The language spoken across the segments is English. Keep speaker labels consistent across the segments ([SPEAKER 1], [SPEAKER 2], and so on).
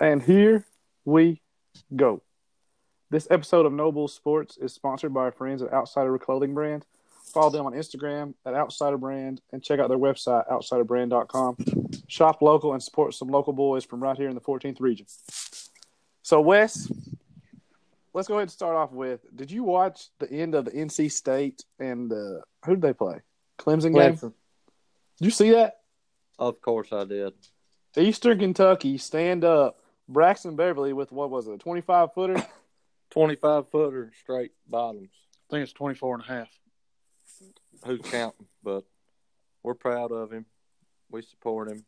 [SPEAKER 1] And here we go. This episode of Noble Sports is sponsored by our friends at Outsider Clothing Brand. Follow them on Instagram at Outsider Brand and check out their website, outsiderbrand.com. Shop local and support some local boys from right here in the 14th region. So, Wes, let's go ahead and start off with Did you watch the end of the NC State and uh, who did they play? Clemson game?
[SPEAKER 2] Clemson.
[SPEAKER 1] Did you see that?
[SPEAKER 2] Of course I did.
[SPEAKER 1] Eastern Kentucky stand up. Braxton Beverly with what was it, a 25 footer? I
[SPEAKER 2] 25 footer straight bottoms.
[SPEAKER 3] think it's 24 and a half.
[SPEAKER 2] Who's counting? But we're proud of him. We support him.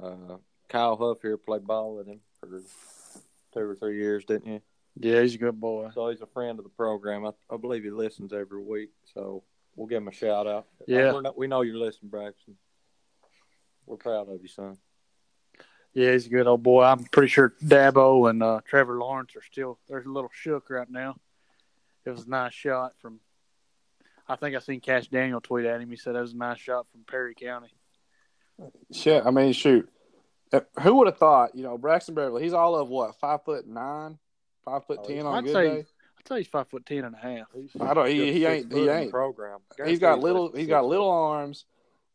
[SPEAKER 2] Uh, Kyle Huff here played ball with him for two or three years, didn't he?
[SPEAKER 3] Yeah, he's a good boy.
[SPEAKER 2] So he's a friend of the program. I, I believe he listens every week. So we'll give him a shout out.
[SPEAKER 3] Yeah.
[SPEAKER 2] We're not- we know you're listening, Braxton. We're proud of you, son.
[SPEAKER 3] Yeah, he's a good old boy. I'm pretty sure Dabo and uh, Trevor Lawrence are still they're a little shook right now. It was a nice shot from. I think I seen Cash Daniel tweet at him. He said that was a nice shot from Perry County.
[SPEAKER 1] Yeah, I mean, shoot. Uh, Who would have thought, you know, Braxton Beverly, he's all of what, five foot nine, five foot
[SPEAKER 2] Oh,
[SPEAKER 1] ten
[SPEAKER 2] he's-
[SPEAKER 1] on a
[SPEAKER 3] I'd
[SPEAKER 1] good
[SPEAKER 3] say-
[SPEAKER 1] day?
[SPEAKER 3] I tell you, he's five foot ten and a half.
[SPEAKER 1] I don't- he- he
[SPEAKER 2] Six
[SPEAKER 1] ain't- he
[SPEAKER 2] foot in the
[SPEAKER 1] ain't.
[SPEAKER 2] Program.
[SPEAKER 1] He's got little he's got little arms.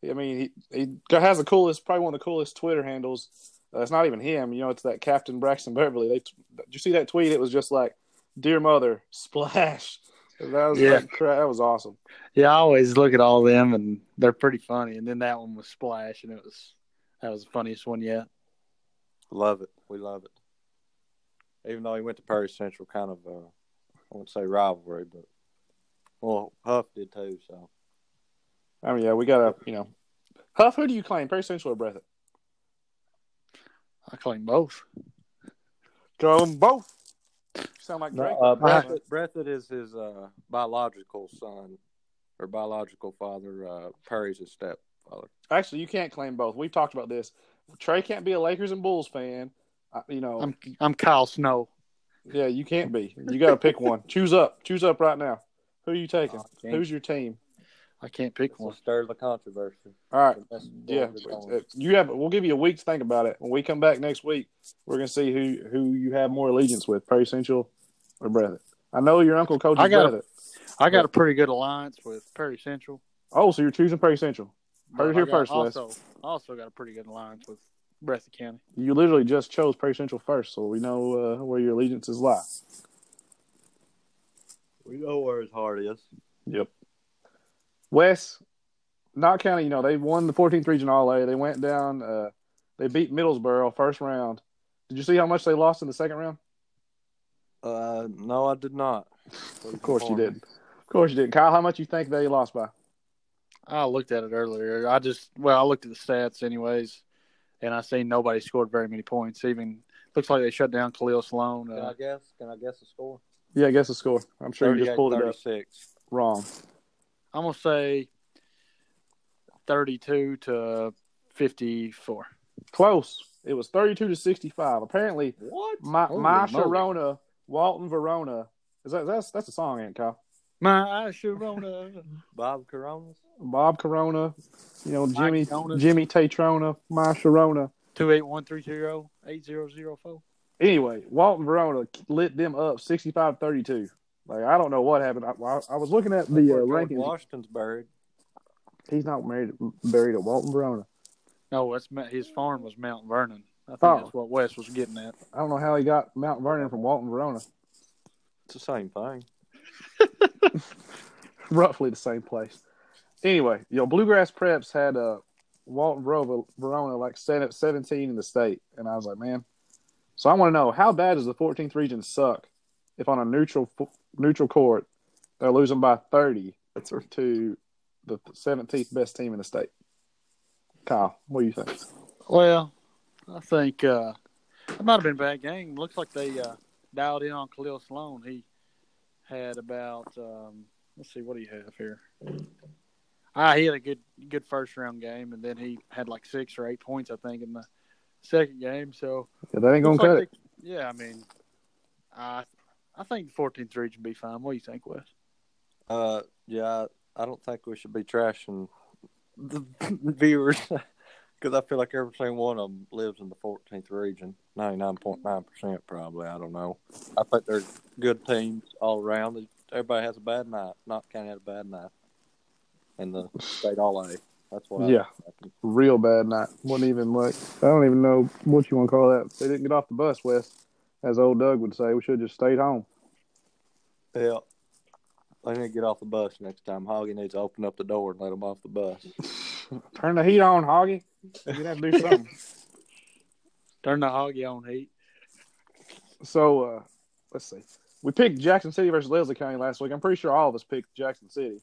[SPEAKER 1] I mean, he, he got- has the coolest, probably one of the coolest Twitter handles. Uh, it's not even him, you know. It's that Captain Braxton Beverly. They, t- did you see that tweet? It was just like, "Dear Mother, splash." That was
[SPEAKER 3] Yeah.
[SPEAKER 1] like, cra- that was awesome.
[SPEAKER 3] Yeah, I always look at all them and they're pretty funny. And then that one was Splash, and it was that was the funniest one yet.
[SPEAKER 2] Love it. We love it. Even though he went to Perry Central, kind of, uh, I wouldn't say rivalry, but well, Huff did too. So
[SPEAKER 1] I mean, yeah, we gotta, you know, Huff. Who do you claim, Perry Central or Breathitt?
[SPEAKER 3] I claim both.
[SPEAKER 1] Throw them both. You sound like Drake.
[SPEAKER 2] uh,
[SPEAKER 1] Breathitt.
[SPEAKER 2] Breathitt, Breathitt is his uh, biological son or biological father. Uh, Perry's his stepfather.
[SPEAKER 1] Actually, you can't claim both. We've talked about this. Trey can't be a Lakers and Bulls fan. Uh, you know,
[SPEAKER 3] I'm I'm Kyle Snow.
[SPEAKER 1] yeah, you can't be. You got to pick one. Choose up. Choose up right now. Who are you taking?
[SPEAKER 2] Oh, dang.
[SPEAKER 1] Who's your team?
[SPEAKER 3] I can't pick
[SPEAKER 2] This will
[SPEAKER 3] one.
[SPEAKER 2] stir the controversy.
[SPEAKER 1] All right.
[SPEAKER 2] That's where
[SPEAKER 1] Yeah,
[SPEAKER 2] we're going.
[SPEAKER 1] uh, you have. We'll give you a week to think about it. When we come back next week, we're gonna see who who you have more allegiance with, Perry Central or Breathitt. I know your uncle coaches
[SPEAKER 3] I got-
[SPEAKER 1] Breathitt.
[SPEAKER 3] I got a pretty good alliance with Perry Central.
[SPEAKER 1] Oh, so you're choosing Perry Central. Heard it
[SPEAKER 3] but
[SPEAKER 1] here
[SPEAKER 3] I got-
[SPEAKER 1] first, Wes.
[SPEAKER 3] Also, I also got a pretty good alliance with Breathitt County.
[SPEAKER 1] You literally just chose Perry Central first, so we know uh, where your allegiances lie.
[SPEAKER 2] we know where his heart is.
[SPEAKER 1] Yep. Wes, Knott County, you know, they won the 14th region all A. They went down, uh, they beat Middlesboro first round. Did you see how much they lost in the second round?
[SPEAKER 2] Uh, no, I did not.
[SPEAKER 1] Of course you did. Of course you did. Kyle, how much you think they lost by?
[SPEAKER 3] I looked at it earlier. I just well, I looked at the stats anyways, and I seen nobody scored very many points. Even looks like they shut down Khalil Sloan.
[SPEAKER 2] Can I
[SPEAKER 3] Uh,
[SPEAKER 2] guess? Can I guess the score?
[SPEAKER 1] Yeah, guess the score. I'm sure you just pulled it up
[SPEAKER 2] 36.
[SPEAKER 1] wrong.
[SPEAKER 3] I'm gonna say thirty-two to fifty-four.
[SPEAKER 1] Close. It was 32 to 65. Apparently,
[SPEAKER 2] What?
[SPEAKER 1] my,
[SPEAKER 3] Holy
[SPEAKER 1] my
[SPEAKER 3] moly.
[SPEAKER 1] Sharona, Walton Verona. Is that that's that's a song, ain't it, Kyle?
[SPEAKER 3] My eyes Sharona.
[SPEAKER 2] Bob Coronas?
[SPEAKER 1] Bob Corona, you know
[SPEAKER 3] Mike
[SPEAKER 1] Jimmy
[SPEAKER 3] Jonas.
[SPEAKER 1] Jimmy Tatrona, my Sharona.
[SPEAKER 3] Two eight one three zero eight zero zero four.
[SPEAKER 1] anyway, Walton Verona lit them up 65-32. Like I don't know what happened. I, I, I was looking at the uh,
[SPEAKER 2] Where George
[SPEAKER 1] rankings.
[SPEAKER 2] Washington's buried.
[SPEAKER 1] He's not married, buried at Walton Verona.
[SPEAKER 3] No, that's Ma- his farm was Mount Vernon. I think
[SPEAKER 1] Oh.
[SPEAKER 3] that's what Wes was getting at.
[SPEAKER 1] I don't know how he got Mount Vernon from Walton Verona.
[SPEAKER 2] It's the same thing.
[SPEAKER 1] Roughly the same place. Anyway, you know, Bluegrass Preps had uh, Walton Ver- Verona like set at 17 in the state, and I was like, man. So I want to know how bad does the 14th region suck if on a neutral fo- neutral court they're losing by 30
[SPEAKER 2] That's right.
[SPEAKER 1] to the 17th best team in the state. Kyle, what do you think?
[SPEAKER 3] Well, I think uh, it might have been a bad game. Looks like they uh, dialed in on Khalil Sloan. He had about um, let's see, what do you have here? Ah, he had a good good first round game, and then he had like six or eight points, I think, in the second game. So
[SPEAKER 1] Yeah, that ain't gonna
[SPEAKER 3] looks like
[SPEAKER 1] cut it.
[SPEAKER 3] they- yeah, I mean, I I think the 14th region be fine. What do you think, Wes?
[SPEAKER 2] Uh, yeah, I I don't think we should be trashing the viewers Because I feel like every single one of them lives in the 14th region, 99.9% probably. I don't know. I think they're good teams all around. Everybody has a bad night. Not County had a bad night. And the state all A. That's what I
[SPEAKER 1] Yeah.
[SPEAKER 2] think
[SPEAKER 1] Real bad night. Wasn't even like I don't even know what you want to call that. They didn't get off the bus, Wes, as old Doug would say. We should have just stayed home.
[SPEAKER 2] happened. Yeah. They need to get off the bus next time. Hoggy needs to open up the door and let them off the bus.
[SPEAKER 1] Turn the heat on, Hoggy. You have to do something.
[SPEAKER 3] Turn the hoggy on heat.
[SPEAKER 1] so uh, let's see. We picked Jackson City versus Leslie County last week. I'm pretty sure all of us picked Jackson City.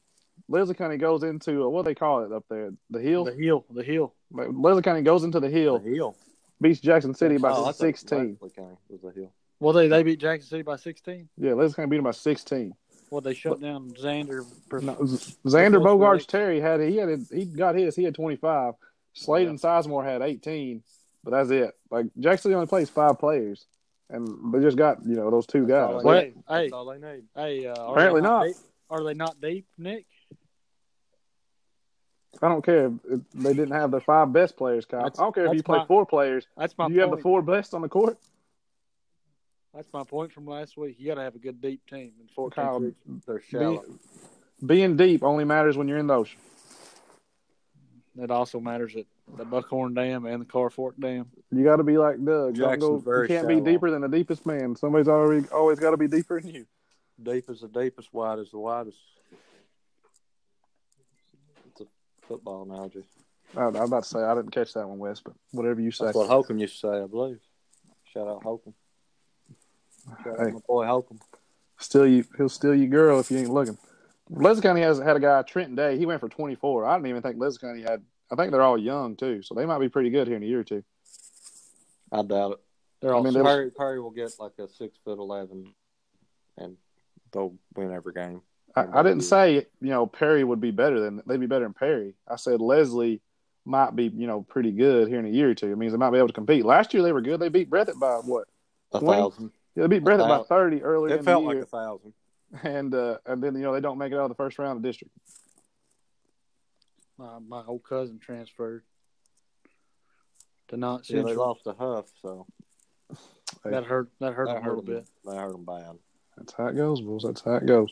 [SPEAKER 1] Leslie County goes into uh, what do they call it up there, the hill.
[SPEAKER 3] The hill, the hill.
[SPEAKER 1] Like, Leslie County goes into the hill,
[SPEAKER 2] hill.
[SPEAKER 1] beats Jackson City by
[SPEAKER 2] Oh, I thought
[SPEAKER 1] 16.
[SPEAKER 2] Leslie County was the hill.
[SPEAKER 3] Well, they they beat Jackson City by sixteen.
[SPEAKER 1] Yeah, Leslie County beat them by 16.
[SPEAKER 3] Well, they shut down Xander. Perf-
[SPEAKER 1] No, Z- Xander
[SPEAKER 3] Before
[SPEAKER 1] Bogarts
[SPEAKER 3] Slade.
[SPEAKER 1] Terry had he had he got his he had 25. Slade
[SPEAKER 2] Yeah.
[SPEAKER 1] and Sizemore had 18, but that's it. Like Jackson City only plays five players, and they just got you know those two
[SPEAKER 2] That's
[SPEAKER 1] guys.
[SPEAKER 2] all
[SPEAKER 1] Like,
[SPEAKER 2] they need.
[SPEAKER 3] Hey.
[SPEAKER 2] That's all they need.
[SPEAKER 3] Hey, uh, are
[SPEAKER 1] Apparently
[SPEAKER 3] they
[SPEAKER 1] not.
[SPEAKER 3] Deep? Are they not deep, Nick?
[SPEAKER 1] I don't care if if they didn't have their five best players. Kyle.
[SPEAKER 3] That's-
[SPEAKER 1] I don't care if
[SPEAKER 3] that's
[SPEAKER 1] you play
[SPEAKER 3] my-
[SPEAKER 1] four players.
[SPEAKER 3] That's my
[SPEAKER 1] Do you
[SPEAKER 3] point.
[SPEAKER 1] have the four best on the court?
[SPEAKER 3] That's my point from last week. You got to have a good deep team in
[SPEAKER 1] Kyle,
[SPEAKER 3] 14
[SPEAKER 2] They're shallow.
[SPEAKER 1] being deep only matters when you're in the ocean.
[SPEAKER 3] It also matters at the Buckhorn Dam and the Car Fork Dam.
[SPEAKER 1] You got to be like Doug. Don't
[SPEAKER 2] Jackson's
[SPEAKER 1] go,
[SPEAKER 2] very
[SPEAKER 1] you can't
[SPEAKER 2] shallow.
[SPEAKER 1] be deeper than the deepest man. Somebody's already always got to be deeper than you.
[SPEAKER 2] Deep is the deepest, wide is the widest. It's a football analogy.
[SPEAKER 1] I, I'm about to say I didn't catch that one, Wes, but whatever you say.
[SPEAKER 2] That's what Holcomb used to say, I believe. Shout out Holcomb. Shout
[SPEAKER 1] Hey.
[SPEAKER 2] out my boy Holcomb.
[SPEAKER 1] Steal you, he'll steal your girl if you ain't looking. Leslie County has had a guy Trenton Day. He went for 24. I didn't even think Leslie County had. I think they're all young too, so they might be pretty good here in a year or two.
[SPEAKER 2] I doubt it. They're
[SPEAKER 1] I
[SPEAKER 2] all
[SPEAKER 1] mean, they was-
[SPEAKER 2] Perry, Perry will get like a six foot eleven, and they'll win every game.
[SPEAKER 1] I, I didn't say you know Perry would be better than they'd be better than Perry. I said Leslie might be you know pretty good here in a year or two. It means they might be able to compete. Last year they were good. They beat Breathitt by what?
[SPEAKER 2] A
[SPEAKER 1] Twenty?
[SPEAKER 2] thousand.
[SPEAKER 1] Yeah, they beat Breathitt by
[SPEAKER 2] About-
[SPEAKER 1] 30 earlier
[SPEAKER 2] It
[SPEAKER 1] in
[SPEAKER 2] felt
[SPEAKER 1] the
[SPEAKER 2] like
[SPEAKER 1] year,
[SPEAKER 2] a thousand.
[SPEAKER 1] and uh, and then you know they don't make it out of the first round of district.
[SPEAKER 3] My, my old cousin transferred to Knox
[SPEAKER 2] Yeah, they
[SPEAKER 3] Central.
[SPEAKER 2] lost to Huff, so
[SPEAKER 3] that hurt. That hurt
[SPEAKER 2] that
[SPEAKER 3] him a little
[SPEAKER 2] hurt
[SPEAKER 3] bit.
[SPEAKER 2] them. That hurt them bad.
[SPEAKER 1] That's how it goes, Bulls. That's how it goes.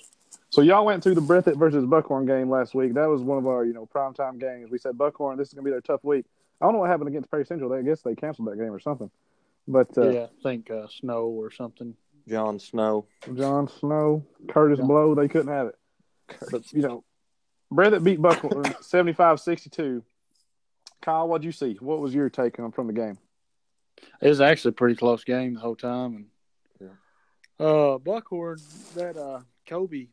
[SPEAKER 1] So y'all went through the Breathitt versus Buckhorn game last week. That was one of our, you know, primetime games. We said Buckhorn, this is gonna be their tough week. I don't know what happened against Perry Central. They, I guess they canceled that game or something. But uh,
[SPEAKER 3] yeah, I think uh, snow or something.
[SPEAKER 2] John Snow.
[SPEAKER 1] John Snow, Curtis
[SPEAKER 3] Yeah.
[SPEAKER 1] Blow, they couldn't have it. But you know, Breathitt beat Buckhorn 75-62. Kyle, what'd you see? What was your take on from the game?
[SPEAKER 3] It was actually a pretty close game the whole time. And uh, Buckhorn, that uh, Kobe,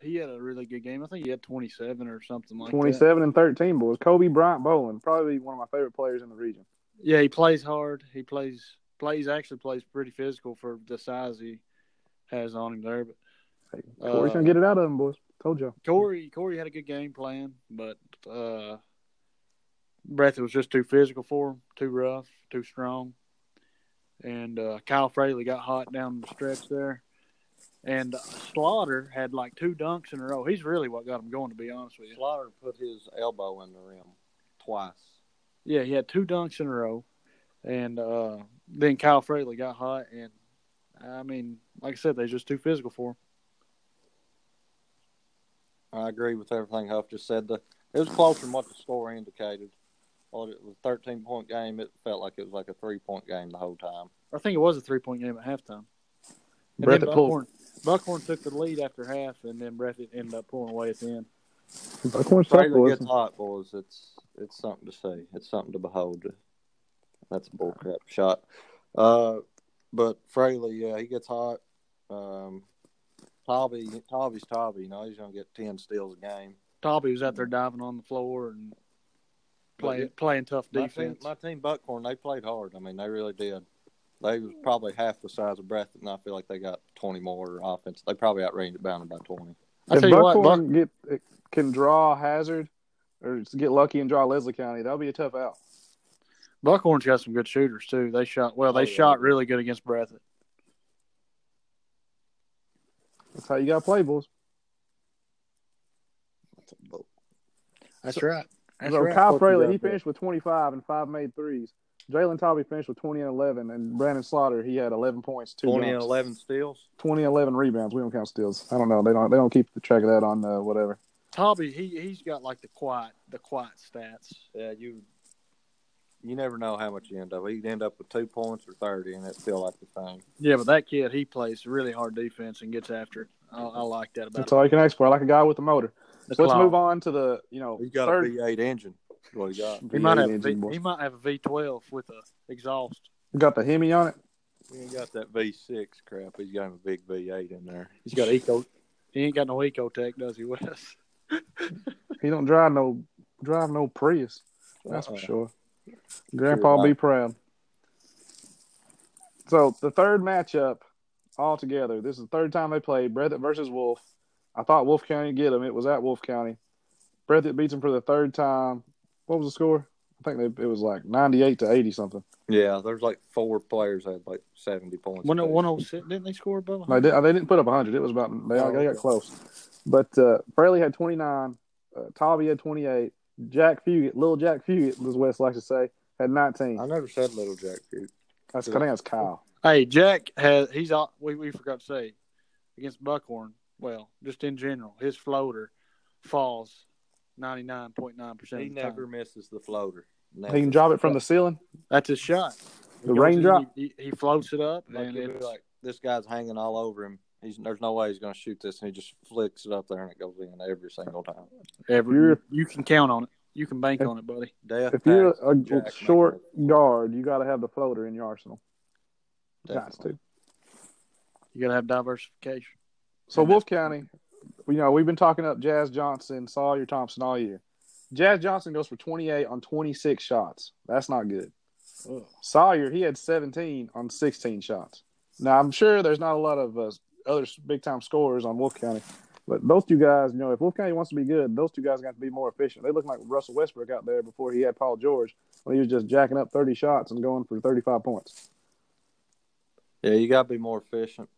[SPEAKER 3] he had a really good game. I think he had twenty seven or something like that.
[SPEAKER 1] 27 and 13 boys. Kobe Bryant Bowling, probably one of my favorite players in the region.
[SPEAKER 3] Yeah, he plays hard. He plays plays actually plays pretty physical for the size he has on him there. But
[SPEAKER 1] Hey,
[SPEAKER 3] Uh,
[SPEAKER 1] Corey's gonna get it out of him, boys. Told y'all.
[SPEAKER 3] Corey Corey had a good game plan, but uh, Breathitt was just too physical for him, too rough, too strong. And uh, Kyle Fraley got hot down the stretch there. And Slaughter had like two dunks in a row. He's really what got him going, to be honest with you.
[SPEAKER 2] Slaughter put his elbow in the rim twice.
[SPEAKER 3] Yeah, he had two dunks in a row, and uh, then Kyle Fraley got hot, and I mean, like I said, they're just too physical for him.
[SPEAKER 2] I agree with everything Huff just said. The, it was closer than what the score indicated. Well, it was a 13 point game. It felt like it was like a three point game the whole time.
[SPEAKER 3] I think it was a three point game at halftime. And then
[SPEAKER 1] Breathitt pulled
[SPEAKER 3] Buckhorn, Buckhorn took the lead after half, and then Breathitt ended up pulling away at the end.
[SPEAKER 1] Buckhorn's tough,
[SPEAKER 2] Trailer
[SPEAKER 1] boys.
[SPEAKER 2] gets hot, boys. It's it's something to see. It's something to behold. That's a bullcrap shot. Uh, but Fraley, yeah, he gets hot. Um, Tobby, Tobby's Tobby. You know, he's gonna get 10 steals a game.
[SPEAKER 3] Toby was out there diving on the floor and playing playing tough
[SPEAKER 2] My team,
[SPEAKER 3] defense.
[SPEAKER 2] my team Buckhorn, they played hard. I mean, they really did. They was probably half the size of Breathitt, and I feel like they got 20 more offense. They probably outranged it bound by 20.
[SPEAKER 3] I
[SPEAKER 1] If
[SPEAKER 3] tell you what,
[SPEAKER 1] Buckhorn get can draw Hazard or just get lucky and draw Leslie County, that'll be a tough out.
[SPEAKER 3] Buckhorn's got some good shooters too. They shot well. They
[SPEAKER 2] Oh, yeah.
[SPEAKER 3] shot really good against Breathitt.
[SPEAKER 1] That's how you got to play, boys.
[SPEAKER 2] That's a bull.
[SPEAKER 3] That's right. That's
[SPEAKER 1] so
[SPEAKER 3] right.
[SPEAKER 1] Kyle
[SPEAKER 2] Fuck you
[SPEAKER 1] Fraley,
[SPEAKER 2] up,
[SPEAKER 1] he
[SPEAKER 2] yeah.
[SPEAKER 1] finished with 25 and five made threes. Jalen Tobey finished with 20 and 11, and Brandon Slaughter he had 11 points, two
[SPEAKER 2] 20 and
[SPEAKER 1] dunks.
[SPEAKER 2] 11 steals.
[SPEAKER 1] 20 and 11 rebounds. We don't count steals. I don't know. They don't. They don't keep the track of that on uh, whatever.
[SPEAKER 3] Tobby, he he's got like the quiet the quiet stats.
[SPEAKER 2] Yeah, you you never know how much you end up. You could end up with two points or 30, and it feel like the same.
[SPEAKER 3] Yeah, but that kid he plays really hard defense and gets after it. I, I like that about
[SPEAKER 1] That's
[SPEAKER 3] him.
[SPEAKER 1] all you can ask for. I like a guy with a motor.
[SPEAKER 3] The
[SPEAKER 1] So let's
[SPEAKER 3] clock.
[SPEAKER 1] move on to the you know
[SPEAKER 2] He's got
[SPEAKER 1] third.
[SPEAKER 2] a V8 engine. That's what he got.
[SPEAKER 3] He might have a
[SPEAKER 1] engine,
[SPEAKER 3] V,
[SPEAKER 1] boy.
[SPEAKER 3] he might have a V twelve with a exhaust.
[SPEAKER 1] Got the Hemi on it.
[SPEAKER 2] He ain't got that V6 crap. He's got him a big V8 in there. He's got eco.
[SPEAKER 3] He ain't got no Ecotech, does he, Wes?
[SPEAKER 1] He don't drive no drive no Prius. That's
[SPEAKER 2] Uh-uh.
[SPEAKER 1] for sure. Grandpa
[SPEAKER 2] Sure
[SPEAKER 1] be
[SPEAKER 2] not.
[SPEAKER 1] proud. So the third matchup all together. This is the third time they played Breathitt versus Wolf. I thought Wolf County would get him. It was at Wolf County. Breathitt beats him for the third time. What was the score? I think they, it was like ninety-eight to eighty something.
[SPEAKER 2] Yeah, there's like four players that had like 70 points.
[SPEAKER 3] One
[SPEAKER 2] apiece.
[SPEAKER 3] one oh six didn't they score above?
[SPEAKER 1] No, they, didn't- they didn't put up 100. It was about they, all they got close. But uh, Fraley had 29. Uh, Tobby had 28. Jack Fugit, little Jack Fugit, as Wes likes to say, had 19.
[SPEAKER 2] I never said Little Jack Duke.
[SPEAKER 1] That's I think that's Kyle.
[SPEAKER 3] Hey, Jack has he's all we, we forgot to say against Buckhorn. Well, just in general, his floater falls ninety nine point nine percent.
[SPEAKER 2] He never misses the floater. Never.
[SPEAKER 1] He can drop it from the ceiling.
[SPEAKER 3] That's his shot. He
[SPEAKER 1] The
[SPEAKER 3] goes in,
[SPEAKER 1] raindrop.
[SPEAKER 3] He, he floats it up,
[SPEAKER 2] Like,
[SPEAKER 3] and
[SPEAKER 2] you'll be
[SPEAKER 3] it's
[SPEAKER 2] like, this guy's hanging all over him. He's there's no way he's gonna shoot this, and he just flicks it up there, and it goes in every single time.
[SPEAKER 3] every
[SPEAKER 1] You're-
[SPEAKER 3] you can count on it. You can bank on it, buddy.
[SPEAKER 2] Death.
[SPEAKER 1] If you're a,
[SPEAKER 2] Jack
[SPEAKER 1] a short guard, you got to have the floater in your arsenal.
[SPEAKER 2] Definitely.
[SPEAKER 1] Nice, dude.
[SPEAKER 3] You gotta have diversification.
[SPEAKER 1] So Wolf County, you know, we've been talking up Jazz Johnson, Sawyer Thompson all year. Jazz Johnson goes for 28 on 26 shots. That's not good. Sawyer, he had 17 on 16 shots. Now, I'm sure there's not a lot of uh, other big time scorers on Wolf County, but those two guys, you know, if Wolf County wants to be good, those two guys got to be more efficient. They look like Russell Westbrook out there before he had Paul George when he was just jacking up 30 shots and going for 35 points.
[SPEAKER 2] yeah, you gotta be more efficient.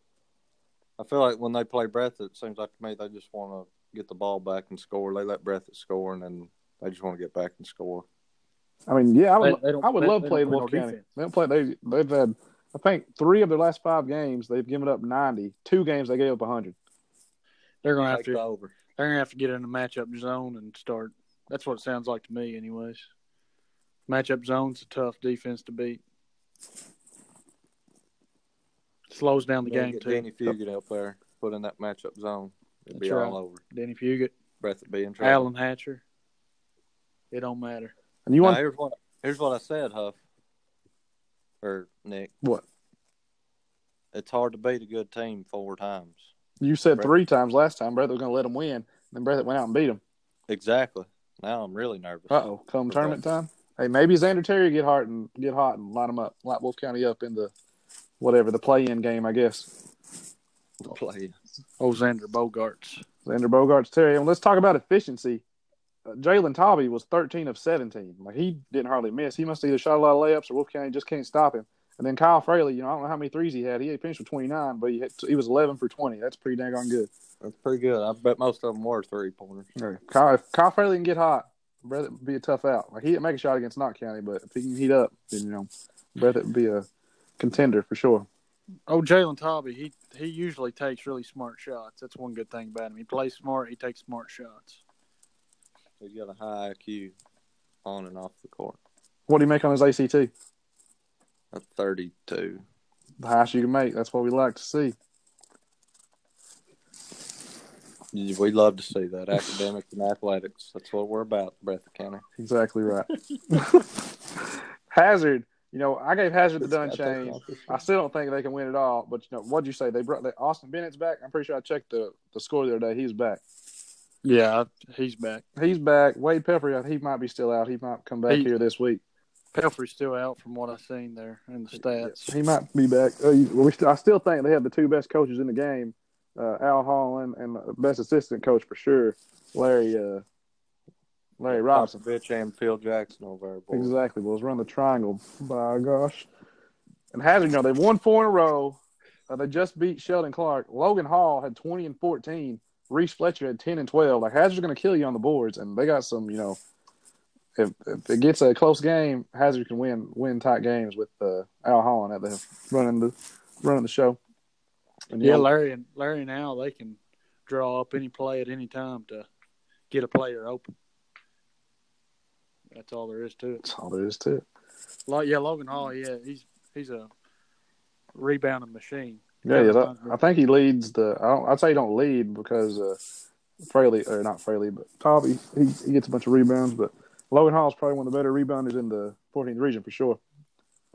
[SPEAKER 2] I feel like when they play breath, it seems like to me they just want to get the ball back and score. They let breath score, and then they just want to get back and score.
[SPEAKER 1] I mean, yeah, I would,
[SPEAKER 3] They- they don't-
[SPEAKER 1] I would
[SPEAKER 3] they-
[SPEAKER 1] love
[SPEAKER 3] they don't
[SPEAKER 1] playing
[SPEAKER 3] play no
[SPEAKER 1] Wolf County.
[SPEAKER 3] defense.
[SPEAKER 1] They don't play. They they've had, I think, three of their last five games they've given up 90. Two games they gave up 100.
[SPEAKER 3] They're gonna have
[SPEAKER 2] Take the
[SPEAKER 3] to.
[SPEAKER 2] over.
[SPEAKER 3] They're gonna have to get in the matchup zone and start. That's what it sounds like to me, anyways. Matchup zone's a tough defense to beat. Slows down the
[SPEAKER 2] Then
[SPEAKER 3] game
[SPEAKER 2] get
[SPEAKER 3] too.
[SPEAKER 2] Danny Fugit up there, put in that matchup zone. It'd be
[SPEAKER 3] That's right.
[SPEAKER 2] all over.
[SPEAKER 3] Danny Fugit,
[SPEAKER 2] Breath would be in trouble.
[SPEAKER 3] Allen Hatcher. It don't matter.
[SPEAKER 1] And you
[SPEAKER 2] Now,
[SPEAKER 1] want
[SPEAKER 2] here's what here's what I said, Huff or Nick.
[SPEAKER 1] What?
[SPEAKER 2] It's hard to beat a good team four times.
[SPEAKER 1] you said
[SPEAKER 2] Brett-
[SPEAKER 1] three times last time. Breathitt was going to let them win. Then Breathitt went out and beat them.
[SPEAKER 2] Exactly. Now I'm really nervous.
[SPEAKER 1] Uh oh, come
[SPEAKER 2] Brett-
[SPEAKER 1] tournament time. Hey, maybe Xander Terry get hot and get hot and line them up, light Wolf County up in the whatever the play-in game, I guess.
[SPEAKER 2] to play.
[SPEAKER 3] Oh, Xander Bogarts.
[SPEAKER 1] Xander Bogarts Terry, and let's talk about efficiency. Uh, Jalen Tobby was 13 of 17. Like he didn't hardly miss. He must have either shot a lot of layups or Wolf County just can't stop him. And then Kyle Fraley, you know, I don't know how many threes he had. He had finished with 29, but he, had, he was 11 for 20. That's pretty dang on good.
[SPEAKER 2] That's pretty good. I bet most of them were three pointers.
[SPEAKER 1] Kyle, if Kyle Fraley can get hot, Breathitt would be a tough out. Like he didn't make a shot against Knott County, but if he can heat up, then you know, Breathitt would be a contender for sure.
[SPEAKER 3] Oh, Jalen Tobby. He he usually takes really smart shots. That's one good thing about him. He plays smart. He takes smart shots.
[SPEAKER 2] He's got a high IQ on and off the court.
[SPEAKER 1] What do you make on his ACT? The
[SPEAKER 2] That's 32.
[SPEAKER 1] highest you can make. That's what we like to see.
[SPEAKER 2] We love to see that. Academics and athletics. That's what we're about, Breath County.
[SPEAKER 1] Exactly right. Hazard, you know, I gave Hazard the done chain. I still don't think they can win at all. But you know, what'd you say? They brought they, Austin Bennett's back. I'm pretty sure I checked the, the score the other day. He's back.
[SPEAKER 3] Yeah, he's back.
[SPEAKER 1] He's back. Wade Pepper, he might be still out. He might come back
[SPEAKER 3] He-
[SPEAKER 1] here this week.
[SPEAKER 3] Pelfrey's still out from what I've seen there in the stats.
[SPEAKER 1] He might be back. Uh, you- well, we st- I still think they have the two best coaches in the game, uh, Al Holland and the best assistant coach for sure, Larry uh, Larry Robinson.
[SPEAKER 2] Bitch and Phil Jackson over there, boy.
[SPEAKER 1] Exactly. Well, let's run the triangle. By gosh. And Hazard, you know, they've won four in a row. Uh, they just beat Sheldon Clark. Logan Hall had 20 and 14. Reese Fletcher had 10 and 12. Like, Hazard's going to kill you on the boards. And they got some, you know, if, if it gets a close game, Hazard can win win tight games with uh, Al Holland at the running the running the show. And
[SPEAKER 3] Yeah,
[SPEAKER 1] yeah,
[SPEAKER 3] Larry and Larry and Al, they can draw up any play at any time to get a player open. That's all there is to it.
[SPEAKER 1] that's all there is to it.
[SPEAKER 3] Like, yeah, Logan Hall, yeah, he's he's a rebounding machine.
[SPEAKER 1] Yeah, yeah. that- I think he leads the. I don't. I'd say he don't lead because uh, Fraley or not Fraley, but Cobb he, he he gets a bunch of rebounds. But Logan Hall's probably one of the better rebounders in the 14th region for sure.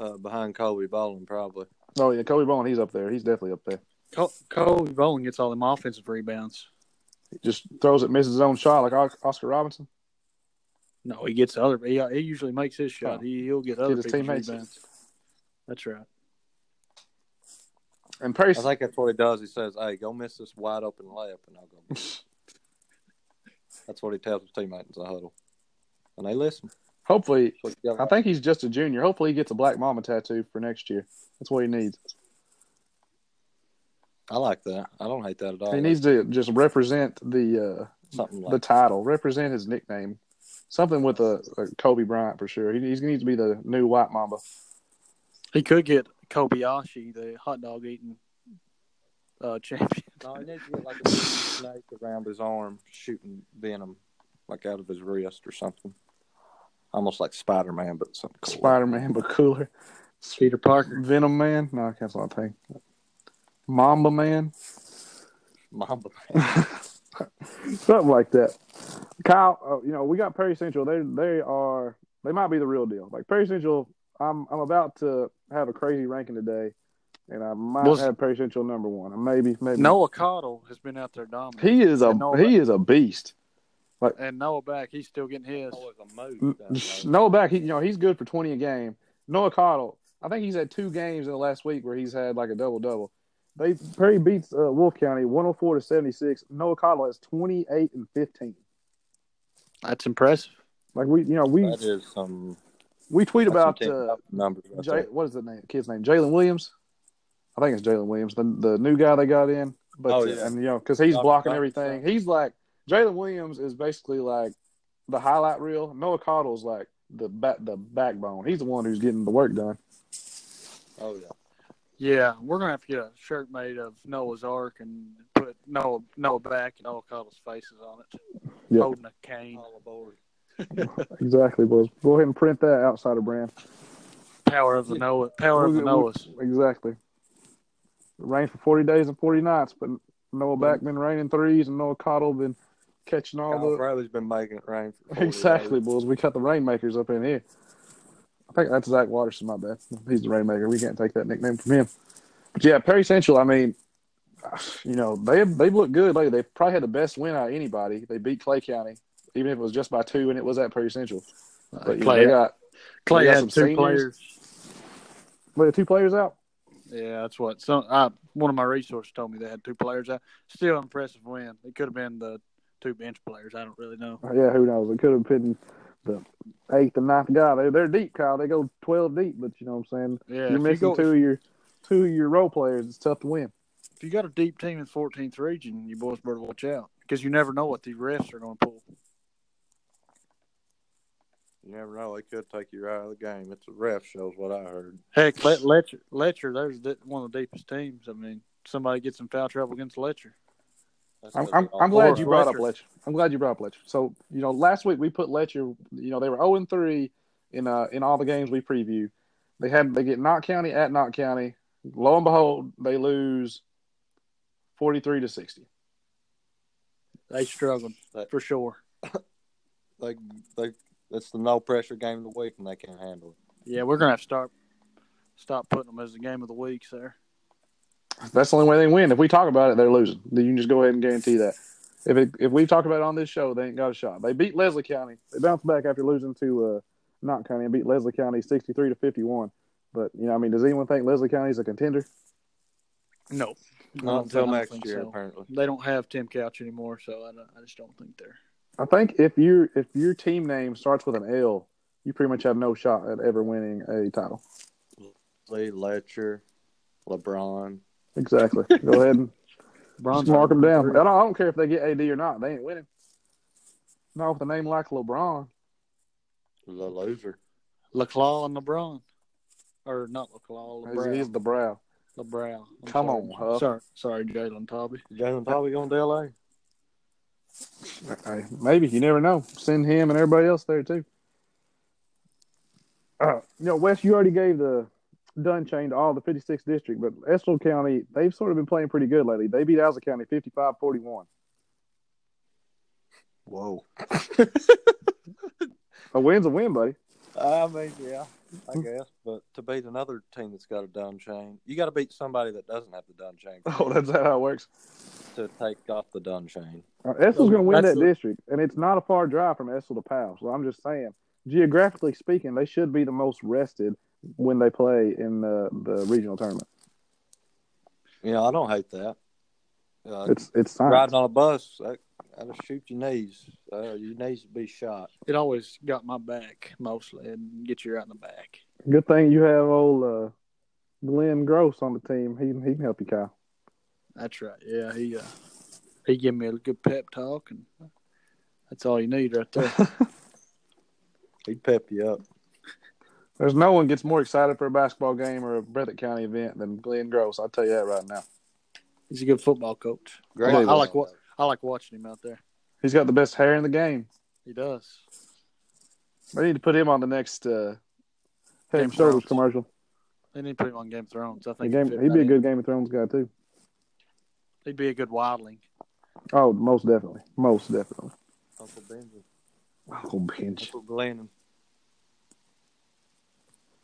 [SPEAKER 2] uh, behind Kobe Bowling, probably.
[SPEAKER 1] Oh yeah, Kobe Bowling, he's up there. He's definitely up there.
[SPEAKER 3] Col- Cole Bowling gets all them offensive rebounds.
[SPEAKER 1] He just throws it, misses his own shot like Os- Oscar Robinson.
[SPEAKER 3] No, he gets other. He, he usually makes his shot.
[SPEAKER 1] Oh.
[SPEAKER 3] He he'll get other
[SPEAKER 1] his
[SPEAKER 3] people's
[SPEAKER 1] teammates.
[SPEAKER 3] rebounds. That's right.
[SPEAKER 1] And
[SPEAKER 2] I
[SPEAKER 1] Perry,
[SPEAKER 2] think that's what he does. He says, "Hey, go miss this wide open layup, and I'll go." get it." that's what he tells his teammates in the huddle, and they listen.
[SPEAKER 1] hopefully,
[SPEAKER 2] That's what you
[SPEAKER 1] I
[SPEAKER 2] gotta-
[SPEAKER 1] think he's just a junior. Hopefully, he gets a black mama tattoo for next year. That's what he needs.
[SPEAKER 2] I like that. I don't hate that at all.
[SPEAKER 1] He needs to just represent the
[SPEAKER 2] something
[SPEAKER 1] uh, the
[SPEAKER 2] like
[SPEAKER 1] title, represent his nickname, something with a, a Kobe Bryant for sure. He, he needs to be the new white mamba.
[SPEAKER 3] He could get Kobayashi, the hot dog eating uh, champion.
[SPEAKER 2] No, he needs to get like a big snake around his arm, shooting venom like out of his wrist or something. Almost like Spider Man, but something cool.
[SPEAKER 1] Spider Man, but cooler.
[SPEAKER 3] Peter Parker.
[SPEAKER 1] Venom Man. No, that's not a thing. Mamba Man.
[SPEAKER 2] Mamba.
[SPEAKER 1] something like that. Kyle, uh, you know, we got Perry Central. They they are they might be the real deal. Like Perry Central, I'm I'm about to have a crazy ranking today, and I might
[SPEAKER 3] Well,
[SPEAKER 1] have Perry Central number one, and maybe maybe
[SPEAKER 3] Noah Cottle has been out there dominant.
[SPEAKER 1] He is a
[SPEAKER 3] And Noah
[SPEAKER 1] he is a beast.
[SPEAKER 3] and Noah back, he's still getting his.
[SPEAKER 2] Always a move. down there.
[SPEAKER 1] Noah back, he you know he's good for twenty a game. Noah Cottle, I think he's had two games in the last week where he's had like a double double. They Perry beats uh, Wolf County one hundred four to seventy six. Noah Cottle has twenty eight and fifteen.
[SPEAKER 3] That's impressive.
[SPEAKER 1] Like we you know we
[SPEAKER 2] That is some.
[SPEAKER 1] we tweet
[SPEAKER 2] that's
[SPEAKER 1] about.
[SPEAKER 2] some
[SPEAKER 1] Uh,
[SPEAKER 2] top numbers. Right
[SPEAKER 1] Jay,
[SPEAKER 2] there.
[SPEAKER 1] what is the name? Kid's name? Jalen Williams. I think it's Jalen Williams, the the new guy they got in. But
[SPEAKER 2] Oh, yeah.
[SPEAKER 1] and you know, because he's
[SPEAKER 2] Dr.
[SPEAKER 1] blocking
[SPEAKER 2] Dr.
[SPEAKER 1] everything. He's like Jalen Williams is basically like the highlight reel. Noah Cottle's like the back the backbone. He's the one who's getting the work done.
[SPEAKER 2] Oh yeah.
[SPEAKER 3] Yeah, we're gonna have to get a shirt made of Noah's Ark and put Noah Noah back and Noah Cottle's faces on it,
[SPEAKER 1] Yep.
[SPEAKER 3] holding a cane,
[SPEAKER 2] All aboard.
[SPEAKER 1] Exactly, boys. Go ahead and print that outside of brand.
[SPEAKER 3] power of the Noah, power of the
[SPEAKER 1] We'll- we'll-
[SPEAKER 3] Noahs.
[SPEAKER 1] Exactly. Rained for forty days and forty nights, but Noah Back been raining threes, and Noah Cottle been catching all
[SPEAKER 2] Kyle
[SPEAKER 1] the
[SPEAKER 2] Fraley's been making it rain for 40
[SPEAKER 1] Exactly,
[SPEAKER 2] days.
[SPEAKER 1] Bulls. We got the Rainmakers up in here. I think that's Zach Watterson, my bad. He's the Rainmaker. We can't take that nickname from him. But yeah, Perry Central, I mean, you know, they they've looked good lately. They've probably had the best win out of anybody. They beat Clay County, even if it was just by two and it was at Perry Central. But you know,
[SPEAKER 3] Clay,
[SPEAKER 1] they got
[SPEAKER 3] Clay
[SPEAKER 1] they got
[SPEAKER 3] had
[SPEAKER 1] some
[SPEAKER 3] two
[SPEAKER 1] seniors.
[SPEAKER 3] players.
[SPEAKER 1] wait, two players out.
[SPEAKER 3] Yeah, that's what some I, one of my resources told me. They had two players out. Still impressive win. It could have been the two bench players. I don't really know.
[SPEAKER 1] Yeah, who knows? It could have been the eighth and ninth guy. They they're deep, Kyle. They go twelve deep, but you know what I'm saying?
[SPEAKER 3] Yeah,
[SPEAKER 1] You're
[SPEAKER 3] if
[SPEAKER 1] missing
[SPEAKER 3] you go,
[SPEAKER 1] two of your two of your role players. It's tough to win.
[SPEAKER 3] If you got a deep team in 14th region, you boys better watch out because you never know what the refs are going to pull.
[SPEAKER 2] You never know. They could take you out of the game. It's a ref shows what I heard.
[SPEAKER 3] Heck, Let, Letcher, Letcher, there's the, one of the deepest teams. I mean, somebody gets in foul trouble against Letcher.
[SPEAKER 2] That's
[SPEAKER 1] I'm,
[SPEAKER 2] what
[SPEAKER 1] I'm,
[SPEAKER 2] they all-
[SPEAKER 1] I'm glad
[SPEAKER 3] Or
[SPEAKER 1] you brought
[SPEAKER 3] Fletcher.
[SPEAKER 1] up Letcher. I'm glad you brought up Letcher. So you know, last week we put Letcher. You know, they were 0 and 3 in uh in all the games we preview. They had they get Knott County at Knott County. Lo and behold, they lose 43 to 60.
[SPEAKER 3] They struggling
[SPEAKER 2] But-
[SPEAKER 3] for sure.
[SPEAKER 2] They, they, that's the no pressure game of the week, and they can't handle it.
[SPEAKER 3] Yeah, we're going to have to start stop putting them as the game of the week, sir.
[SPEAKER 1] That's the only way they win. If we talk about it, they're losing. Then you can just go ahead and guarantee that. If it, if we talk about it on this show, they ain't got a shot. They beat Leslie County. They bounced back after losing to uh, Knott County and beat Leslie County 63 to 51. But you know, I mean, does anyone think Leslie County is a contender?
[SPEAKER 3] No, I
[SPEAKER 2] Not until
[SPEAKER 3] don't think- I don't
[SPEAKER 2] next
[SPEAKER 3] think
[SPEAKER 2] year,
[SPEAKER 3] so.
[SPEAKER 2] apparently.
[SPEAKER 3] They don't have Tim Couch anymore, so I, don't, I just don't think they're.
[SPEAKER 1] I think if you if your team name starts with an L, you pretty much have no shot at ever winning a title.
[SPEAKER 2] Lee Letcher, LeBron.
[SPEAKER 1] Exactly. Go ahead and just
[SPEAKER 3] Bronze
[SPEAKER 1] mark them down. I don't, I don't care if they get AD or not. They ain't winning. Not with a name like LeBron.
[SPEAKER 2] The loser.
[SPEAKER 3] LaClaw and LeBron. Or not LaClaw,
[SPEAKER 1] It is
[SPEAKER 3] LeBron.
[SPEAKER 1] the brow.
[SPEAKER 3] LeBron. I'm
[SPEAKER 1] Come
[SPEAKER 3] sorry.
[SPEAKER 1] on, Huff.
[SPEAKER 3] Sorry, sorry Jalen Tobby.
[SPEAKER 2] Jalen probably going to LA.
[SPEAKER 1] Hey, maybe you never know. Send him and everybody else there too. Uh, you know, Wes, you already gave the done chain to all the 56th district, but Estill County, they've sort of been playing pretty good lately. They beat Alza County 55-41.
[SPEAKER 2] Whoa.
[SPEAKER 1] A win's a win, buddy.
[SPEAKER 2] I mean, yeah, I guess. But to beat another team that's got a done chain, you got to beat somebody that doesn't have the done chain
[SPEAKER 1] Oh, that's how it works.
[SPEAKER 2] to take off the done chain.
[SPEAKER 1] Uh, Estill's going to win
[SPEAKER 3] That's
[SPEAKER 1] that
[SPEAKER 3] the-
[SPEAKER 1] district, and it's not a far drive from Estill to Powell. So I'm just saying, geographically speaking, they should be the most rested when they play in the, the regional tournament.
[SPEAKER 2] You know, I don't hate that. Uh,
[SPEAKER 1] It's it's science.
[SPEAKER 2] riding on a bus, that, that'll shoot your knees. Uh, your knees will be shot.
[SPEAKER 3] It always got my back mostly and get you out in the back.
[SPEAKER 1] Good thing you have old uh, Glenn Gross on the team. He he can help you, Kyle.
[SPEAKER 3] That's right. Yeah, he uh, he gave me a good pep talk and that's all you need right there.
[SPEAKER 2] He'd pep you up.
[SPEAKER 1] There's no one gets more excited for a basketball game or a Breathitt County event than Glenn Gross. I'll tell you that right now.
[SPEAKER 3] He's a good football coach.
[SPEAKER 2] Great.
[SPEAKER 1] I like-
[SPEAKER 3] I like what- I like watching him out there.
[SPEAKER 1] He's got the best hair in the game.
[SPEAKER 3] He does.
[SPEAKER 1] They need to put him on the next uh, Head
[SPEAKER 3] Game
[SPEAKER 1] and
[SPEAKER 3] of
[SPEAKER 1] Shoulders
[SPEAKER 3] Thrones.
[SPEAKER 1] commercial.
[SPEAKER 3] They need to put him on Game of Thrones. I
[SPEAKER 1] The
[SPEAKER 3] think
[SPEAKER 1] game,
[SPEAKER 3] he'd fit
[SPEAKER 1] he'd be
[SPEAKER 3] right
[SPEAKER 1] a
[SPEAKER 3] in.
[SPEAKER 1] good Game of Thrones guy too.
[SPEAKER 3] He'd be a good wildling.
[SPEAKER 1] Oh, most definitely, most definitely.
[SPEAKER 2] Uncle Benjamin.
[SPEAKER 1] Oh, bench.
[SPEAKER 2] Uncle Glenn.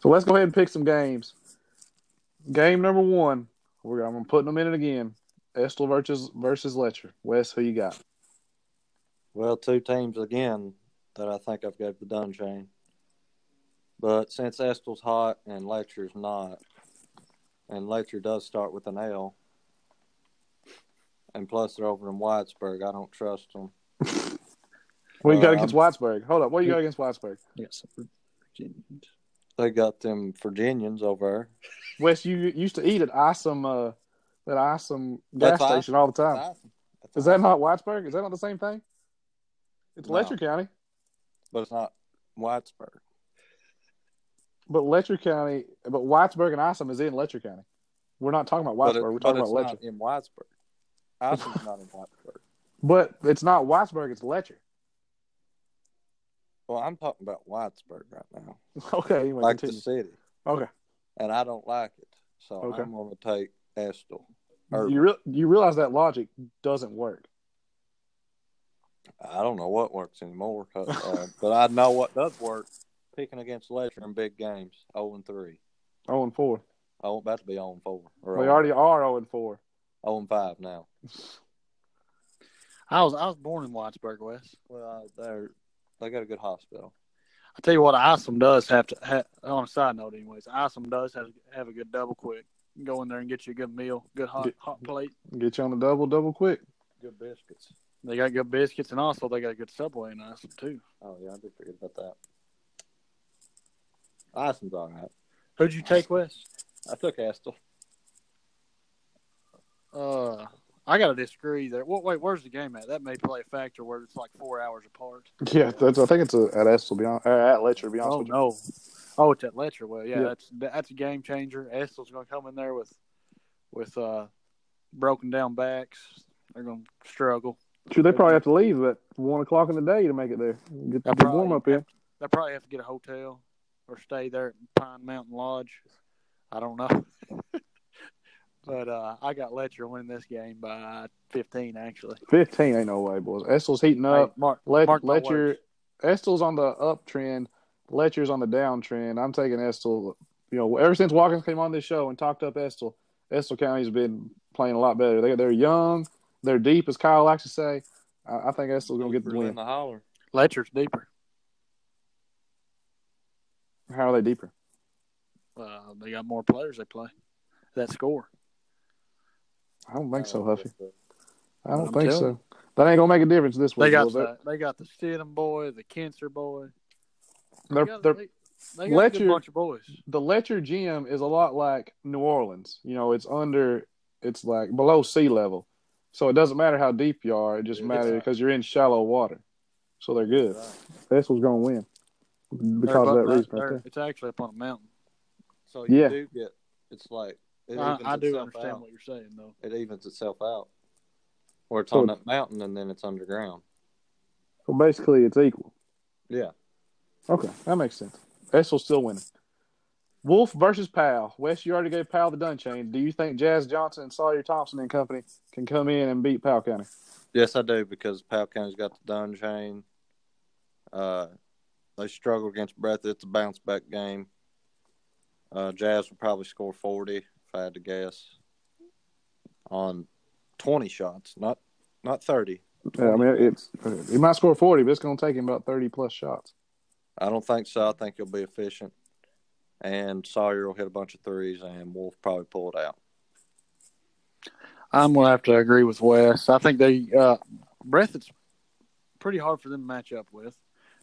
[SPEAKER 1] So let's go ahead and pick some games. Game number one. We're I'm putting them in it again. Estill versus versus Letcher. Wes, who you got?
[SPEAKER 2] Well, two teams again that I think I've got the done chain. But since Estill's hot and Lecture's not, and Lecture does start with an L, and plus they're over in Whitesburg, I don't trust them.
[SPEAKER 1] What you got
[SPEAKER 2] Uh,
[SPEAKER 1] against Whitesburg? Hold up. What you got against Whitesburg?
[SPEAKER 3] Yes. Virginians.
[SPEAKER 2] They got them Virginians over there.
[SPEAKER 1] Wes, you used to eat at Isom, uh, that Isom gas
[SPEAKER 2] That's Isom.
[SPEAKER 1] station all the time.
[SPEAKER 2] That's awesome. That's
[SPEAKER 1] Is that
[SPEAKER 2] awesome.
[SPEAKER 1] not Whitesburg? Is that not the same thing? It's
[SPEAKER 2] No.
[SPEAKER 1] Letcher County,
[SPEAKER 2] But it's not Whitesburg.
[SPEAKER 1] but Letcher County, but Whitesburg and Isom is in Letcher County. We're not talking about
[SPEAKER 2] But, it,
[SPEAKER 1] Whitesburg. We're
[SPEAKER 2] but
[SPEAKER 1] talking
[SPEAKER 2] it's
[SPEAKER 1] about Letcher.
[SPEAKER 2] not in Whitesburg. Isom's not in Whitesburg.
[SPEAKER 1] But it's not Whitesburg. It's Letcher.
[SPEAKER 2] Well, I'm talking about Whitesburg right now,
[SPEAKER 1] Okay. Anyway,
[SPEAKER 2] like the
[SPEAKER 1] continue.
[SPEAKER 2] city,
[SPEAKER 1] Okay.
[SPEAKER 2] and I don't like it. So
[SPEAKER 1] Okay.
[SPEAKER 2] I'm going to take Estill. Or-
[SPEAKER 1] You re- you realize that logic doesn't work.
[SPEAKER 2] I don't know what works anymore, uh, uh, but I know what does work. Picking against Ledger in big games, zero and three.
[SPEAKER 1] Oh and four.
[SPEAKER 2] I am about to be zero and four. Or
[SPEAKER 1] We already are oh and four.
[SPEAKER 2] zero and five now.
[SPEAKER 3] I was I was born in Whitesburg, West.
[SPEAKER 2] Well, they're they got a good hospital.
[SPEAKER 3] I tell you what, Isom does have to. Ha, on a side note, anyways, Isom does have have a good double quick. Go in there and get you a good meal, good hot
[SPEAKER 1] Good.
[SPEAKER 3] hot plate.
[SPEAKER 1] Get you on the double double quick.
[SPEAKER 2] Good biscuits.
[SPEAKER 3] They got good biscuits, and also they got a good subway in Isom too.
[SPEAKER 2] Oh yeah, I did forget about that. Isom's all right.
[SPEAKER 3] Who'd you take, Wes?
[SPEAKER 2] I took Astle.
[SPEAKER 3] Uh, I gotta disagree there. What? Wait, where's the game at? That may play a factor where it's like four hours apart.
[SPEAKER 1] Yeah, that's. I think it's a, at Estill. Be honest, uh, at Letcher. Be honest
[SPEAKER 3] Oh
[SPEAKER 1] with you.
[SPEAKER 3] no! Oh, it's at Letcher. Well, yeah,
[SPEAKER 1] Yeah.
[SPEAKER 3] that's that's a game changer. Estel's going to come in there with with uh, broken down backs. They're going to struggle.
[SPEAKER 1] Sure, they probably have to leave at one o'clock in the day to make it there. Get
[SPEAKER 3] I
[SPEAKER 1] the
[SPEAKER 3] probably-
[SPEAKER 1] warm up in.
[SPEAKER 3] They probably have to get a hotel or stay there at Pine Mountain Lodge. I don't know, but uh, I got Letcher winning this game by fifteen. Actually,
[SPEAKER 1] Fifteen ain't no way, boys. Estill's heating
[SPEAKER 3] Hey,
[SPEAKER 1] up.
[SPEAKER 3] Mark,
[SPEAKER 1] Uh, Let
[SPEAKER 3] mark my
[SPEAKER 1] Letcher
[SPEAKER 3] words.
[SPEAKER 1] Estill's on the uptrend. Letcher's on the downtrend. I'm taking Estill. You know, ever since Watkins came on this show and talked up Estill, Estill County's been playing a lot better. They they're young, they're deep, as Kyle likes to say. I, I think Estill's gonna get the
[SPEAKER 2] Really
[SPEAKER 1] win.
[SPEAKER 2] in the holler.
[SPEAKER 3] Letcher's deeper.
[SPEAKER 1] How are they deeper?
[SPEAKER 3] Uh, they got more players they play. That score.
[SPEAKER 1] I don't think so,
[SPEAKER 2] Uh,
[SPEAKER 1] Huffy. I don't
[SPEAKER 3] I'm
[SPEAKER 1] think
[SPEAKER 3] telling
[SPEAKER 1] so. That ain't gonna make a difference this week.
[SPEAKER 3] They got
[SPEAKER 1] boys. They're-
[SPEAKER 3] the, they got the Stidham boy, the Kinser boy.
[SPEAKER 1] they're-
[SPEAKER 3] they got,
[SPEAKER 1] they're-
[SPEAKER 3] they, they got a
[SPEAKER 1] Letcher-
[SPEAKER 3] good bunch of boys.
[SPEAKER 1] the Letcher Gym is a lot like New Orleans. You know, it's under, it's like below sea level, so it doesn't matter how deep you are. It just
[SPEAKER 2] Yeah,
[SPEAKER 1] matters
[SPEAKER 2] that's right. uh,
[SPEAKER 1] because you're in shallow water. So they're good.
[SPEAKER 2] Right.
[SPEAKER 1] That's what's gonna win.
[SPEAKER 3] They're
[SPEAKER 1] because of that
[SPEAKER 3] both-
[SPEAKER 1] reason
[SPEAKER 3] they're-
[SPEAKER 1] right there.
[SPEAKER 3] It's actually up on a mountain.
[SPEAKER 2] So you
[SPEAKER 1] Yeah.
[SPEAKER 2] do get it's like it
[SPEAKER 3] I,
[SPEAKER 2] evens
[SPEAKER 3] I do
[SPEAKER 2] itself
[SPEAKER 3] understand
[SPEAKER 2] out.
[SPEAKER 3] what you're saying, though.
[SPEAKER 2] It evens itself out. Or it's
[SPEAKER 1] So-
[SPEAKER 2] on that mountain and then it's underground.
[SPEAKER 1] Well, basically, it's equal.
[SPEAKER 2] Yeah.
[SPEAKER 1] Okay, that makes sense. Essel's still winning. Wolf versus Powell. Wes, you already gave Powell the dun chain. Do you think Jazz Johnson and Sawyer Thompson and company can come in and beat Powell County?
[SPEAKER 2] Yes, I do because Powell County's got the Dunn chain. Uh, they struggle against Breath. It's a bounce back game. Uh, Jazz will probably score 40, if I had to guess, on 20 shots, not not 30.
[SPEAKER 1] Yeah, I mean, it's he might score forty, but it's going to take him about thirty plus shots.
[SPEAKER 2] I don't think so. I think he'll be efficient. And Sawyer will hit a bunch of threes, and Wolf probably pull it out.
[SPEAKER 3] I'm gonna have to agree with Wes. I think they uh, Breath. It's pretty hard for them to match up with.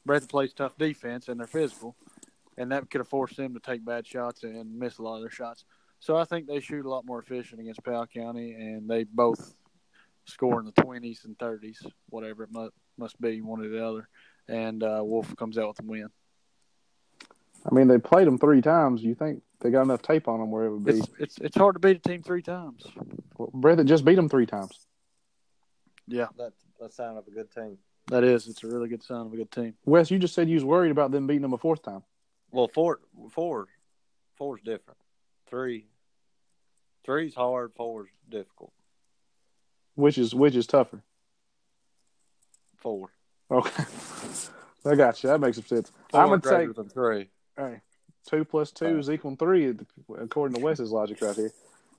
[SPEAKER 3] Breath plays tough defense and they're physical, and that could have forced them to take bad shots and miss a lot of their shots. So I think they shoot a lot more efficient against Powell County, and they both score in the twenties and thirties, whatever it must must be, one or the other. And uh, Wolf comes out with a win.
[SPEAKER 1] I mean, they played him three times. You think they got enough tape on him where it would be?
[SPEAKER 3] It's it's it's hard to beat a team three times.
[SPEAKER 1] Well, Breathitt just beat him three times.
[SPEAKER 3] Yeah,
[SPEAKER 2] That's the sign of a good team.
[SPEAKER 3] that is. It's a really good sign of a good team.
[SPEAKER 1] Wes, you just said you was worried about them beating him a fourth time.
[SPEAKER 2] Well, four, four, four's different. Three, three's hard. Four's difficult.
[SPEAKER 1] which is which is tougher.
[SPEAKER 2] Four.
[SPEAKER 1] Okay, I got you. That makes some sense.
[SPEAKER 2] Four
[SPEAKER 1] I'm gonna
[SPEAKER 2] greater
[SPEAKER 1] take
[SPEAKER 2] than three.
[SPEAKER 1] hey, two plus two is equaling three, according to Wes's logic right here.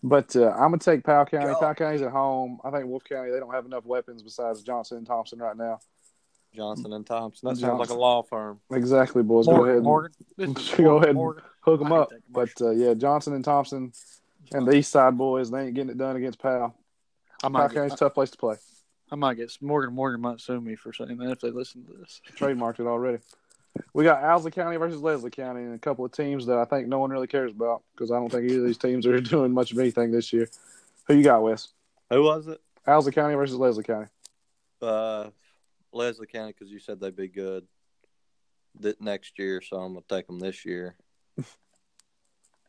[SPEAKER 1] But uh, I'm gonna take Powell County.
[SPEAKER 2] Go.
[SPEAKER 1] Powell County's at home. I think Wolf County. They don't have enough weapons besides Johnson and Thompson right now.
[SPEAKER 2] Johnson and Thompson. That sounds
[SPEAKER 1] Johnson.
[SPEAKER 2] like a law firm.
[SPEAKER 1] Exactly, boys. Go ahead.
[SPEAKER 3] Morgan,
[SPEAKER 1] And
[SPEAKER 3] Morgan, this is
[SPEAKER 1] Go ahead and-
[SPEAKER 3] Morgan.
[SPEAKER 1] Hook them
[SPEAKER 3] I can
[SPEAKER 1] up.
[SPEAKER 3] take
[SPEAKER 1] But uh, yeah, Johnson and Thompson and the East Side boys. They ain't getting it done against Powell.
[SPEAKER 3] I
[SPEAKER 1] Powell
[SPEAKER 3] might,
[SPEAKER 1] County's a
[SPEAKER 3] get,
[SPEAKER 1] tough place to play.
[SPEAKER 3] I might get Morgan. Morgan might sue me for saying that if they listen to this.
[SPEAKER 1] Trademarked it already. We got Owsley County versus Leslie County and a couple of teams that I think no one really cares about because I don't think either of these teams are doing much of anything this year. Who you got, Wes?
[SPEAKER 2] Who was it?
[SPEAKER 1] Owsley County versus Leslie County.
[SPEAKER 2] Uh, Leslie County, because you said they'd be good th- next year, so I'm gonna take them this year.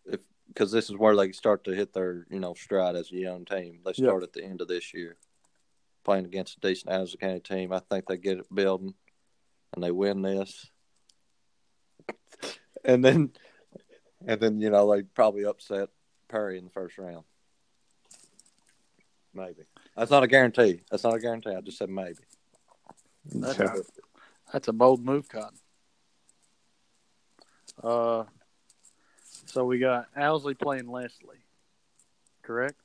[SPEAKER 2] if because this is where they start to hit their you know stride as a young team. They
[SPEAKER 1] Yeah.
[SPEAKER 2] start at the end of this year, playing against a decent Addison County team. I think they get it building, and they win this. And then, and then you know they probably upset Perry in the first round. Maybe that's not a guarantee. That's not a guarantee. I just said maybe.
[SPEAKER 3] That's a, that's a bold move, Cotton. Uh, so we got Owsley playing Leslie, correct?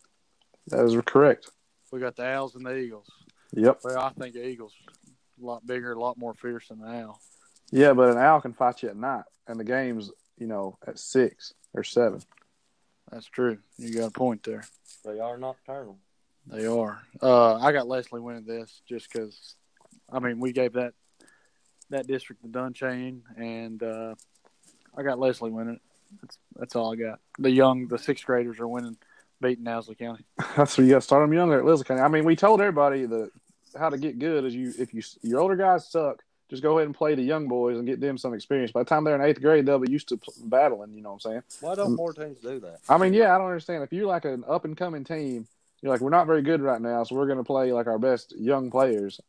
[SPEAKER 1] That is correct.
[SPEAKER 3] We got the Owls and the Eagles.
[SPEAKER 1] Yep.
[SPEAKER 3] Well, I think the Eagles a lot bigger, a lot more fierce than the Owl.
[SPEAKER 1] Yeah, but an owl can fight you at night, and the game's you know at six or seven.
[SPEAKER 3] That's true. You got a point there.
[SPEAKER 2] They are nocturnal.
[SPEAKER 3] They are. Uh, I got Leslie winning this just because, I mean, we gave that that district the Dunn chain, and uh, I got Leslie winning. it. That's that's all I got. The young, the sixth graders are winning, beating Owsley County.
[SPEAKER 1] That's where you got to start them young there at Leslie County. I mean, we told everybody the how to get good is you if you your older guys suck, just go ahead and play the young boys and get them some experience. By the time they're in eighth grade, they'll be used to pl- battling. You know what I'm saying?
[SPEAKER 2] Why
[SPEAKER 1] Mm.
[SPEAKER 2] don't more teams do that?
[SPEAKER 1] I mean, yeah, I don't understand. If you're like an up and coming team, you're like, we're not very good right now, so we're going to play like our best young players.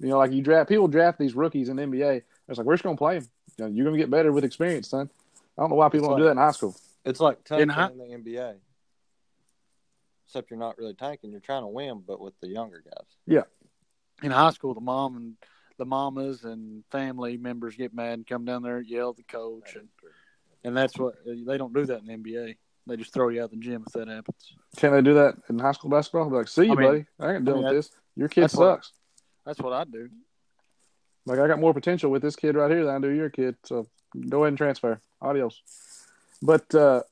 [SPEAKER 1] You know, like you draft people draft these rookies in the NBA. It's like we're just going to play them. You know, you're going to get better with experience, son. I don't know why people
[SPEAKER 2] It's
[SPEAKER 1] don't do
[SPEAKER 2] like-
[SPEAKER 1] that in high school.
[SPEAKER 2] It's like tanking
[SPEAKER 3] In
[SPEAKER 2] in,
[SPEAKER 3] hi-
[SPEAKER 2] the NBA. Except you're not really tanking. You're trying to win, but with the younger guys.
[SPEAKER 3] In high school, the mom and the mamas and family members get mad and come down there and yell at the coach, and and that's what they don't do that in the NBA. They just throw you out the gym if that happens.
[SPEAKER 1] Can they do that in high school basketball? They're like, see you,
[SPEAKER 3] I mean-
[SPEAKER 1] buddy. I ain't dealing
[SPEAKER 3] I mean,
[SPEAKER 1] with this. Your kid
[SPEAKER 3] that's what-
[SPEAKER 1] sucks.
[SPEAKER 3] That's what I do.
[SPEAKER 1] Like I got more potential with this kid right here than I do your kid. So go ahead and transfer. Adios. But uh,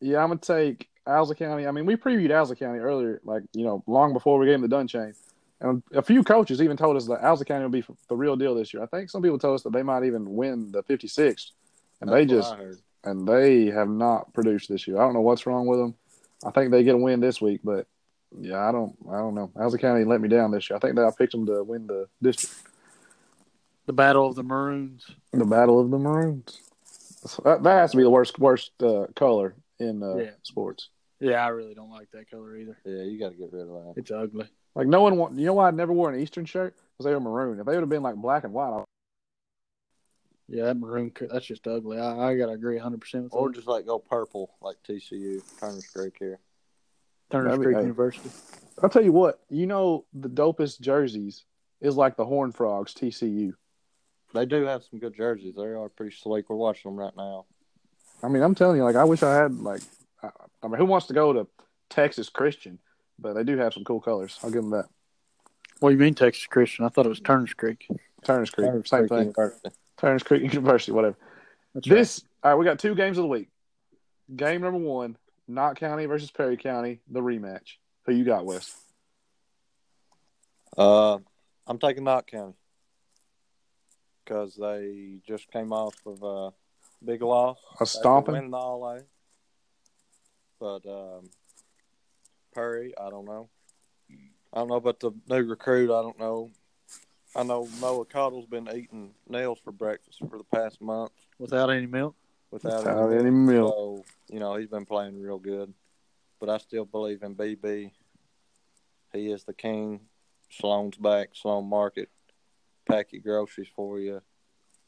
[SPEAKER 1] yeah, I'm gonna take Owsley County. I mean, we previewed Owsley County earlier, like you know, long before we gave him the Dunn chain. And a few coaches even told us that Owsley County will be f- the real deal this year. I think some people told us that they might even win the 56, and they
[SPEAKER 2] That's what
[SPEAKER 1] just
[SPEAKER 2] I heard.
[SPEAKER 1] and they have not produced this year. I don't know what's wrong with them. I think they get a win this week, but yeah, I don't, I don't know. Owsley County let me down this year. I think that I picked them to win the district.
[SPEAKER 3] The Battle of the Maroons.
[SPEAKER 1] The Battle of the Maroons. That, that has to be the worst worst uh, color in uh,
[SPEAKER 3] Yeah.
[SPEAKER 1] sports.
[SPEAKER 3] Yeah, I really don't like that color either.
[SPEAKER 2] Yeah, you got to get rid of that.
[SPEAKER 3] It's ugly.
[SPEAKER 1] Like no one, want, you know why I never wore an Eastern shirt because they were maroon. If they would have been like black and white, I,
[SPEAKER 3] Yeah, that maroon, co- that's just ugly. I, I got to agree 100% with
[SPEAKER 2] Or
[SPEAKER 3] that.
[SPEAKER 2] just like go purple, like TCU, Turner's Creek here.
[SPEAKER 3] Turner's
[SPEAKER 1] That'd be-
[SPEAKER 3] Creek
[SPEAKER 1] hey.
[SPEAKER 3] University.
[SPEAKER 1] I'll tell you what. You know the dopest jerseys is like the Horn Frogs TCU.
[SPEAKER 2] They do have some good jerseys. They are pretty slick. We're watching them right now.
[SPEAKER 1] I mean, I'm telling you, like I wish I had like, I, I mean, who wants to go to Texas Christian? But they do have some cool colors. I'll give them that.
[SPEAKER 3] What do you mean Texas Christian? I thought it was Turner's Creek.
[SPEAKER 1] Turner's Creek,
[SPEAKER 2] Turner's
[SPEAKER 1] same
[SPEAKER 2] Creek
[SPEAKER 1] thing.
[SPEAKER 2] University.
[SPEAKER 1] Turner's Creek University, whatever.
[SPEAKER 3] That's right.
[SPEAKER 1] This all right, we got two games of the week. Game number one, Knott County versus Perry County, the rematch. Who you got, Wes?
[SPEAKER 2] Uh, I'm taking Knott County because they just came off of a big loss.
[SPEAKER 1] A
[SPEAKER 2] They were
[SPEAKER 1] stomping.
[SPEAKER 2] winning the all A. But um, Perry, I don't know. I don't know about the new recruit. I don't know. I know Noah Cottle's been eating nails for breakfast for the past month
[SPEAKER 3] Without any milk?
[SPEAKER 2] without
[SPEAKER 1] Without
[SPEAKER 2] any,
[SPEAKER 1] any milk.
[SPEAKER 2] So, you know, he's been playing real good. But I still believe in BB. He is the king. Sloan's back, Sloan Market. Pack your groceries for you.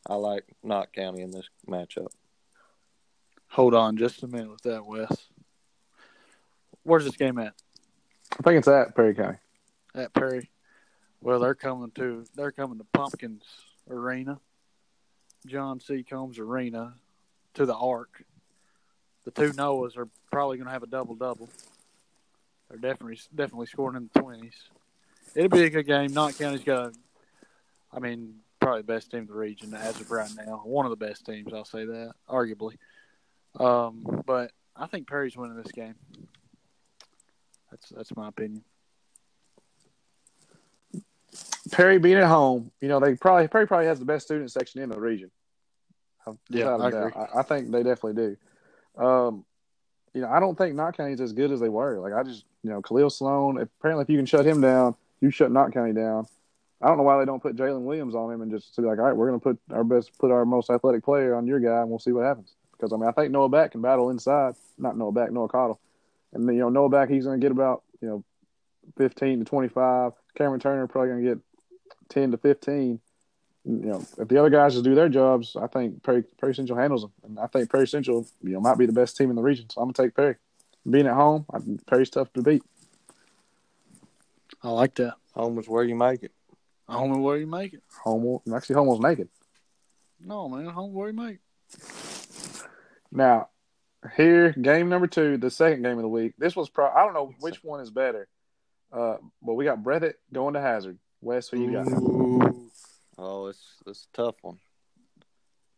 [SPEAKER 2] I like Knott County in this matchup.
[SPEAKER 3] Hold on just a minute with that, Wes. Where's this game at?
[SPEAKER 1] I think it's at Perry County.
[SPEAKER 3] At Perry. Well, they're coming to they're coming to Pumpkins Arena, John C. Combs Arena, to the Ark. The two Noahs are probably going to have a double double. They're definitely definitely scoring in the twenties. It'll be a good game. Knott County's got, a, I mean, probably the best team in the region as of right now. One of the best teams, I'll say that, arguably. Um, but I think Perry's winning this game. That's that's my opinion.
[SPEAKER 1] Perry being at home, you know, they probably Perry probably has the best student section in the region. Um,
[SPEAKER 3] Yeah,
[SPEAKER 1] without a
[SPEAKER 3] I
[SPEAKER 1] doubt.
[SPEAKER 3] agree.
[SPEAKER 1] I, I think they definitely do. Um, you know, I don't think Knott County's as good as they were. Like I just, you know, Khalil Sloan. Apparently, if you can shut him down, you shut Knott County down. I don't know why they don't put Jalen Williams on him and just be like, all right, we're going to put our best, put our most athletic player on your guy, and we'll see what happens. Because I mean, I think Noah Back can battle inside. Not Noah Back, Noah Cottle. And then, you know, Noah Back, he's going to get about you know, fifteen to twenty-five. Cameron Turner probably going to get ten to fifteen. You know, if the other guys just do their jobs, I think Perry, Perry Central handles them, and I think Perry Central, you know, might be the best team in the region. So I'm gonna take Perry. Being at home, I, Perry's tough to beat.
[SPEAKER 3] I like that.
[SPEAKER 2] Home is where you make it.
[SPEAKER 3] Home and where you make it.
[SPEAKER 1] Home, actually, home was naked.
[SPEAKER 3] No, man. Home where you make it.
[SPEAKER 1] Now, here, game number two, the second game of the week. This was pro. I don't know which one is better, uh, but we got Breathitt going to Hazard. Wes, who you got?
[SPEAKER 2] Ooh. Oh, it's it's a tough one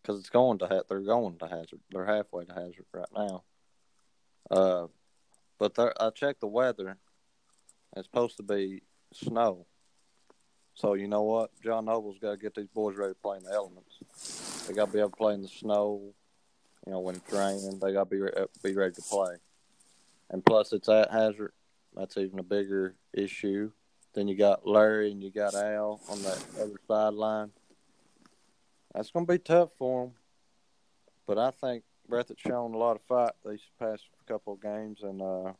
[SPEAKER 2] because it's going to ha- they're going to Hazard. They're halfway to Hazard right now. Uh, but there, I checked the weather. It's supposed to be snow. So you know what, John Noble's got to get these boys ready to play in the elements. They got to be able to play in the snow. You know when it's raining, they got to be re- uh, be ready to play. And plus, it's at Hazard. That's even a bigger issue. Then you got Larry and you got Al on that other sideline. That's going to be tough for them. But I think Breathitt's shown a lot of fight these past couple of games, and uh,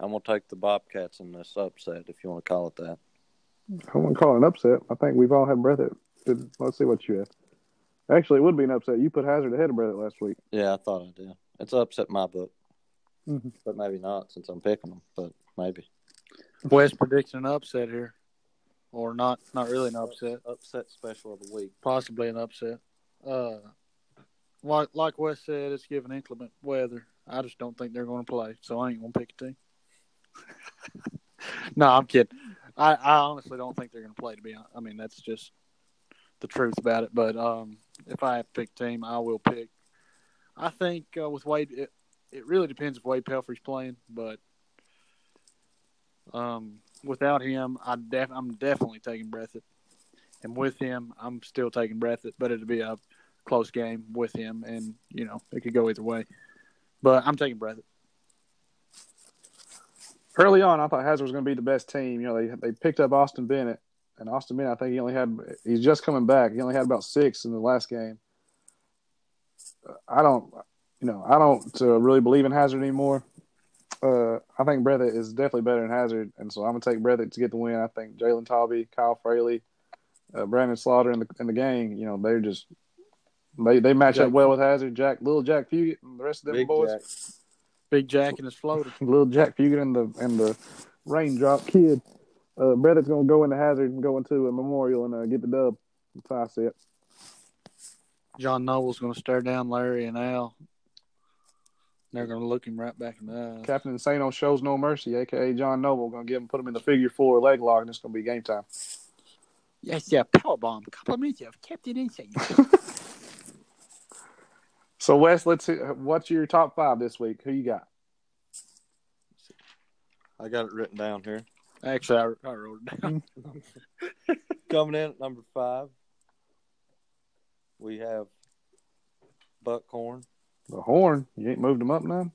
[SPEAKER 2] I'm going to take the Bobcats in this upset, if you want to call it that.
[SPEAKER 1] I wouldn't call it an upset. I think we've all had Breathitt. Did- Let's see what you have. Actually, it would be an upset. You put Hazard ahead of Breathitt last week.
[SPEAKER 2] Yeah, I thought I did. It's an upset in my book,
[SPEAKER 1] Mhm.
[SPEAKER 2] but maybe not since I'm picking them, but maybe.
[SPEAKER 3] West predicting an upset here, or not? Not really an upset.
[SPEAKER 2] Upset special of the week.
[SPEAKER 3] Possibly an upset. Uh, like like Wes said, it's given inclement weather. I just don't think they're going to play, so I ain't going to pick a team. no, I'm kidding. I, I honestly don't think they're going to play. To be honest, I mean that's just the truth about it. But um, if I have to pick a team, I will pick. I think uh, with Wade, it, it really depends if Wade Pelfrey's playing, but um, without him, I def- I'm definitely taking Breathitt. And with him, I'm still taking Breathitt, but it'll be a close game with him, and you know it could go either way. But I'm taking Breathitt.
[SPEAKER 1] early on, I thought Hazard was going to be the best team. You know, they they picked up Austin Bennett, And Austin Bennett, I think he only had he's just coming back. He only had about six in the last game. Uh, I don't, you know, I don't uh, really believe in Hazard anymore. Uh, I think Breathitt is definitely better than Hazard, and so I'm gonna take Breathitt to get the win. I think Jalen Tobby, Kyle Fraley, uh, Brandon Slaughter, and the and the gang, you know, they're just they they match up
[SPEAKER 3] Jack-
[SPEAKER 1] well with Hazard, Jack, little Jack Fugit, and the rest of them
[SPEAKER 2] Big
[SPEAKER 1] boys.
[SPEAKER 2] Jack.
[SPEAKER 3] Big Jack and his floater.
[SPEAKER 1] Little Jack Fugit and the and the raindrop kid. Uh, Breathitt's gonna go into Hazard and go into a Memorial and uh, get the dub. That's how I see it.
[SPEAKER 3] John Noble's going to stare down Larry and Al. They're going to look him right back in the eyes.
[SPEAKER 1] Captain Insano shows no mercy, aka John Noble. Gonna give him, put him in the figure four leg lock, and it's gonna be game time.
[SPEAKER 3] Yes, yeah, power bomb. Compliment you of Captain Insane.
[SPEAKER 1] So Wes, let's see, uh, what's your top five this week? Who you got?
[SPEAKER 2] I got it written down here.
[SPEAKER 3] Actually, I, I wrote it down.
[SPEAKER 2] Coming in at number five, we have Buckhorn.
[SPEAKER 1] The horn. You ain't moved him up now.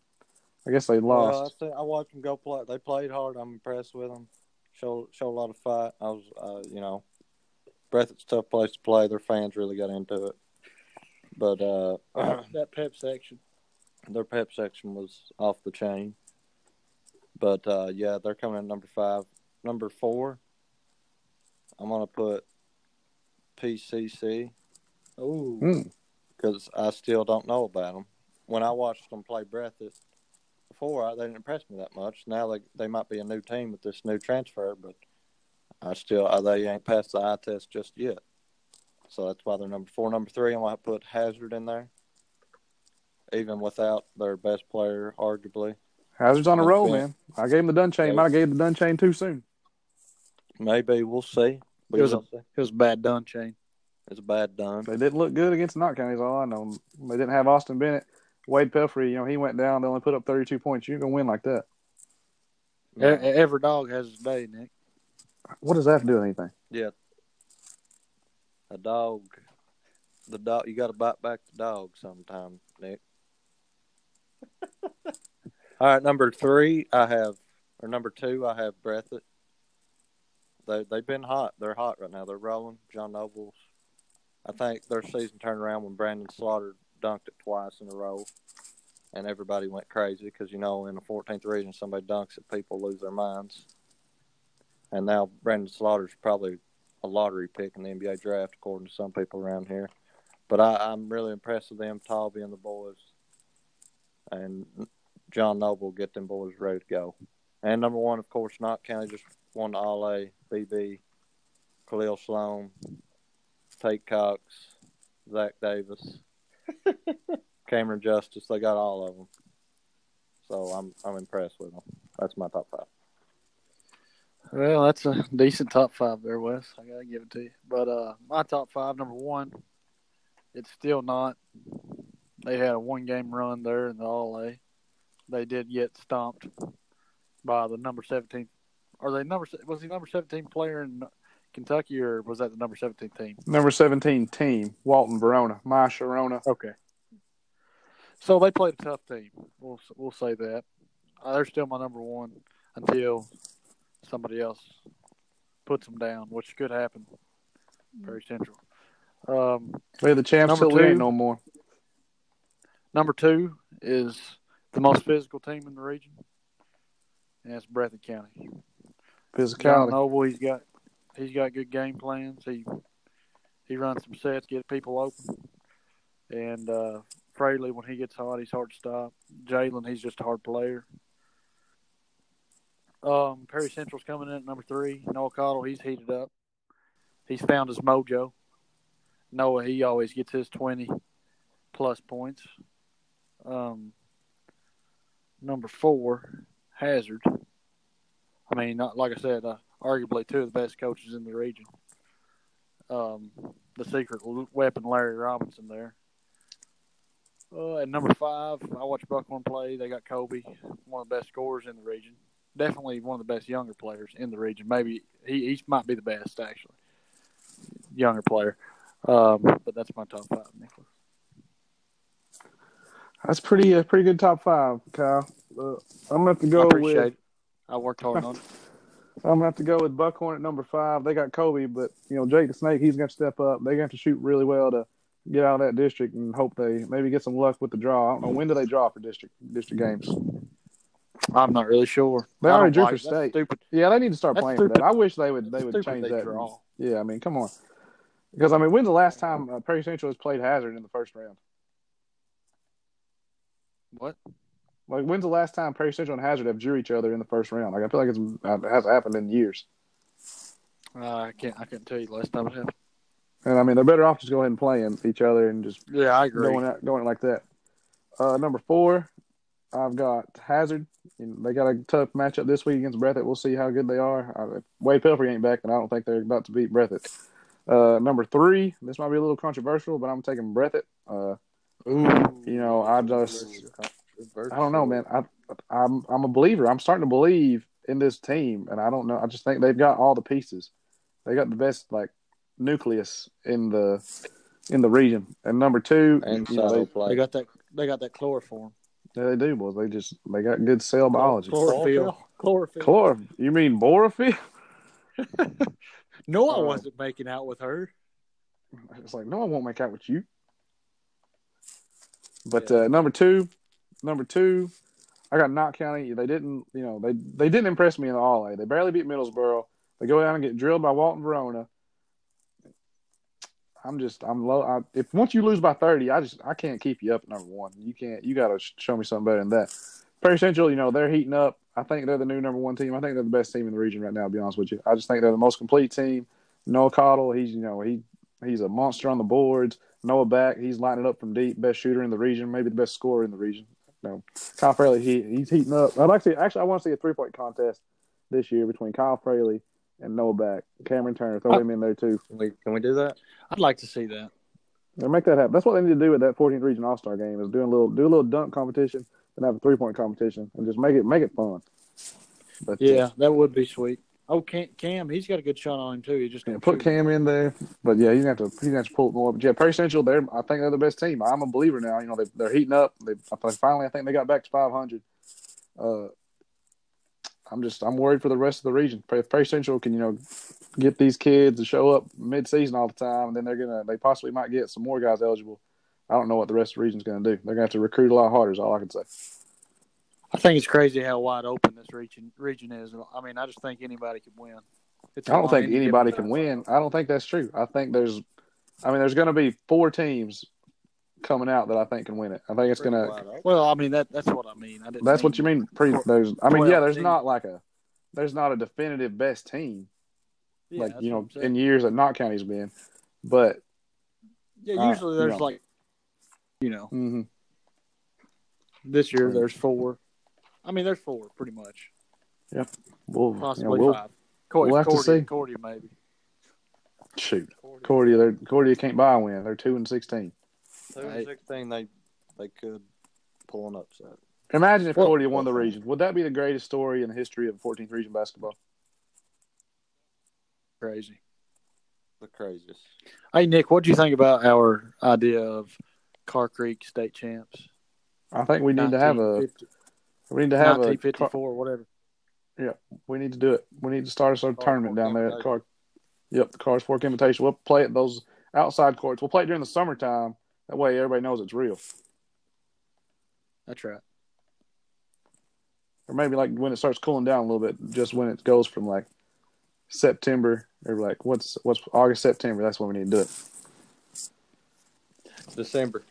[SPEAKER 1] I guess they
[SPEAKER 2] Well, I,
[SPEAKER 1] lost.
[SPEAKER 2] think- I watched them go play. They played hard. I'm impressed with them. Show show a lot of fight. I was, uh, you know, Breathitt's a tough place to play. Their fans really got into it, but uh,
[SPEAKER 3] that pep section.
[SPEAKER 2] their pep section was off the chain. But uh, yeah, they're coming in number five. Number four, I'm gonna put PCC
[SPEAKER 3] Oh,
[SPEAKER 1] Mm.
[SPEAKER 2] because I still don't know about them. When I watched them play Breathitt before, I, they didn't impress me that much. Now they they might be a new team with this new transfer, but I still uh, they ain't passed the eye test just yet. So that's why they're number four. Number three, I'm gonna put Hazard in there, even without their best player, arguably.
[SPEAKER 1] Hazard's on a roll,
[SPEAKER 2] Okay.
[SPEAKER 1] man. I gave him the dun chain.
[SPEAKER 2] Yeah.
[SPEAKER 1] Might have gave the dun chain too soon.
[SPEAKER 2] Maybe we'll see. We
[SPEAKER 3] It was a-
[SPEAKER 2] will see.
[SPEAKER 3] it was a bad done chain.
[SPEAKER 2] It's bad done.
[SPEAKER 1] They didn't look good against Knott County. Is all I know. They didn't have Austin Bennett, Wade Pelfrey. You know he went down. They only put up thirty two points. You ain't gonna win like that.
[SPEAKER 3] E- Every dog has his day, Nick.
[SPEAKER 1] What does that have to do with anything?
[SPEAKER 2] A dog, the dog. You got to bite back the dog sometime, Nick. All right, number three, I have, or number two, I have Breathitt. They they've been hot. They're hot right now. They're rolling. John Nobles. I think their season turned around when Brandon Slaughter dunked it twice in a row, and everybody went crazy because you know in the 14th region somebody dunks it, people lose their minds. And now Brandon Slaughter's probably a lottery pick in the NBA draft, according to some people around here. But I, I'm really impressed with them, Talby and the boys, and John Noble get them boys ready to go. And number one, of course, Knott County just won the All A, BB, Khalil Sloan, Tate Cox, Zach Davis, Cameron Justice. They got all of them. So I'm I'm impressed with them. That's my top five.
[SPEAKER 3] Well, that's a decent top five there, Wes. I gotta give it to you. But uh my top five, number one, it's still not. They had a one game run there in the All A. They did get stomped by the number seventeen. Are they number? se- Was he number seventeen player in Kentucky, or was that the number seventeen team?
[SPEAKER 1] Number seventeen team Walton Verona, my Sharona.
[SPEAKER 3] Okay. So they played a tough team. We'll we'll say that. Uh, they're still my number one until somebody else puts them down, which could happen. Very central. Um,
[SPEAKER 1] They're the champs
[SPEAKER 3] Number
[SPEAKER 1] till we
[SPEAKER 3] two.
[SPEAKER 1] ain't no more.
[SPEAKER 3] number two is the most physical team in the region, and it's Breathitt County. John
[SPEAKER 1] Physicality.
[SPEAKER 3] Noble, he's got he's got good game plans. He he runs some sets, gets people open. And uh Fraley when he gets hot, he's hard to stop. Jalen, he's just a hard player. Um, Perry Central's coming in at number three. Noah Cottle, he's heated up. He's found his mojo. Noah, he always gets his twenty plus points. Um, number four, Hazard. I mean, not, like I said, uh, arguably two of the best coaches in the region. Um, the secret l- weapon, Larry Robinson, there. Uh, at number five, I watched Buckhorn play. They got Kobe, one of the best scorers in the region. Definitely one of the best younger players in the region. Maybe he, he might be the best, actually, younger player. Um, but that's my top five, Nicholas.
[SPEAKER 1] That's pretty uh, pretty good top five, Kyle. Uh, I'm gonna have to go
[SPEAKER 3] I appreciate
[SPEAKER 1] with
[SPEAKER 3] it. I worked hard on it.
[SPEAKER 1] I'm gonna have to go with Buckhorn at number five. They got Kobe, but you know Jake the Snake, he's gonna step up. They're gonna have to shoot really well to get out of that district and hope they maybe get some luck with the draw. I don't know when do they draw for district district games.
[SPEAKER 3] I'm not really sure.
[SPEAKER 1] They
[SPEAKER 3] I don't
[SPEAKER 1] already drew
[SPEAKER 3] like-
[SPEAKER 1] for
[SPEAKER 3] that's
[SPEAKER 1] state.
[SPEAKER 3] Stupid.
[SPEAKER 1] Yeah, they need to start
[SPEAKER 3] That's
[SPEAKER 1] playing for
[SPEAKER 3] stupid.
[SPEAKER 1] that. I wish they would they
[SPEAKER 3] That's
[SPEAKER 1] would
[SPEAKER 3] stupid
[SPEAKER 1] change
[SPEAKER 3] they
[SPEAKER 1] that.
[SPEAKER 3] draw.
[SPEAKER 1] Yeah, I mean, come on. Because I mean, when's the last time uh, Perry Central has played Hazard in the first round?
[SPEAKER 3] What?
[SPEAKER 1] Like, when's the last time Perry Central and Hazard have drew each other in the first round? Like, I feel like it's it hasn't happened in years.
[SPEAKER 3] Uh, I can't. I couldn't tell you the last time it happened.
[SPEAKER 1] And I mean, they're better off just going ahead and playing each other and just
[SPEAKER 3] Yeah, I agree.
[SPEAKER 1] going out, going like that. Uh, number four, I've got Hazard. You know, they got a tough matchup this week against Breathitt. We'll see how good they are. Uh, if Wade Pelfrey ain't back, and I don't think they're about to beat Breathitt. Uh, number three, this might be a little controversial, but I'm taking Breathitt. Uh,
[SPEAKER 3] Ooh.
[SPEAKER 1] you know, I just I don't know, man. I I'm I'm a believer. I'm starting to believe in this team, and I don't know. I just think they've got all the pieces. They got the best like nucleus in the in the region. And number two,
[SPEAKER 2] And
[SPEAKER 1] you know,
[SPEAKER 2] shadow
[SPEAKER 1] they-
[SPEAKER 2] play.
[SPEAKER 3] They got that. They got that chloroform.
[SPEAKER 1] Yeah, they do, boys. They just they got good cell biology.
[SPEAKER 3] Chlorophyll. Chlorophyll.
[SPEAKER 1] Chlor, you mean borophyll?
[SPEAKER 3] no, I
[SPEAKER 1] Uh,
[SPEAKER 3] wasn't making out with her.
[SPEAKER 1] It's like no, I won't make out with you. But uh, number two, number two, I got Knott County. They didn't, you know, they they didn't impress me in the All A. They barely beat Middlesboro. They go down and get drilled by Walton Verona. I'm just, I'm low. I, if once you lose by thirty, I just, I can't keep you up. at Number one, you can't. You got to show me something better than that. Perry Central, you know, they're heating up. I think they're the new number one team. I think they're the best team in the region right now. To be honest with you, I just think they're the most complete team. Noah Cottle, he's, you know, he he's a monster on the boards. Noah Back, he's lining up from deep, best shooter in the region, maybe the best scorer in the region. No, Kyle Fraley, he he's heating up. I'd like to actually, I want to see a three point contest this year between Kyle Fraley and Noah Back. Cameron Turner, throw him in there too.
[SPEAKER 2] Can we, can we do that?
[SPEAKER 3] I'd like to see that.
[SPEAKER 1] And make that happen. That's what they need to do with that 14th region All Star game is doing a little do a little dunk competition and have a three point competition and just make it make it fun. But uh,
[SPEAKER 3] Yeah, that would be sweet. Oh, Cam, Cam he's got a good shot on him too. He just
[SPEAKER 1] Yeah,
[SPEAKER 3] don't
[SPEAKER 1] put
[SPEAKER 3] shoot.
[SPEAKER 1] Cam in there, but yeah, you have to you have to pull it more. But yeah, Perry Central, they're I think they're the best team. I'm a believer now. You know they they're heating up. They I- finally I think they got back to 500. Uh, I'm just I'm worried for the rest of the region. If Perry Central can you know get these kids to show up mid season all the time, then they're gonna they possibly might get some more guys eligible. I don't know what the rest of the region's gonna do. They're gonna have to recruit a lot harder. Is all I can say.
[SPEAKER 3] I think it's crazy how wide open this region region is. I mean, I just think anybody could win. It's
[SPEAKER 1] I don't
[SPEAKER 3] on
[SPEAKER 1] think
[SPEAKER 3] any
[SPEAKER 1] anybody
[SPEAKER 3] given
[SPEAKER 1] can win. I don't think that's true. I think there's, I mean, there's going to be four teams coming out that I think can win it. I think it's going to.
[SPEAKER 3] Well, I mean that that's what I mean. I didn't
[SPEAKER 1] That's what you mean. Pre, there's. I mean, yeah. There's not like a. There's not a definitive best team
[SPEAKER 3] Yeah,
[SPEAKER 1] like
[SPEAKER 3] that's
[SPEAKER 1] you
[SPEAKER 3] what
[SPEAKER 1] know
[SPEAKER 3] I'm saying.
[SPEAKER 1] in years that Knott County's been, but
[SPEAKER 3] yeah,
[SPEAKER 1] uh,
[SPEAKER 3] usually
[SPEAKER 1] you
[SPEAKER 3] there's
[SPEAKER 1] know.
[SPEAKER 3] like you know
[SPEAKER 1] mhm.
[SPEAKER 3] this year there's four. I mean, there's four pretty much,
[SPEAKER 1] we'll you know,
[SPEAKER 3] possibly
[SPEAKER 1] we'll-
[SPEAKER 3] five. Cordy,
[SPEAKER 1] we'll have to
[SPEAKER 3] Cordy,
[SPEAKER 1] see.
[SPEAKER 3] Cordy maybe.
[SPEAKER 1] shoot. Cordia, they're Cordia can't buy a win. They're two and sixteen.
[SPEAKER 2] Two and
[SPEAKER 3] Right.
[SPEAKER 2] sixteen, they they could pull an upset.
[SPEAKER 1] Imagine if
[SPEAKER 2] Well-
[SPEAKER 1] Cordia won the region. Would that be the greatest story in the history of 14th region basketball?
[SPEAKER 3] Crazy.
[SPEAKER 2] The craziest.
[SPEAKER 3] Hey Nick, what do you think about our idea of Car Creek state champs?
[SPEAKER 1] I think we need to have a.
[SPEAKER 3] 1950
[SPEAKER 1] We need to have a.
[SPEAKER 3] 1954, whatever.
[SPEAKER 1] We need to do it. We need to start us a
[SPEAKER 2] Cars
[SPEAKER 1] tournament
[SPEAKER 2] Fork
[SPEAKER 1] down there at
[SPEAKER 2] Invitational.
[SPEAKER 1] Car. Yep, the Cars Fork Invitational. We'll play at those outside courts. We'll play it during the summertime. That way, everybody knows it's real.
[SPEAKER 3] That's right.
[SPEAKER 1] Or maybe like when it starts cooling down a little bit, just when it goes from like September or like what's what's August September. That's when we need to do it.
[SPEAKER 2] December,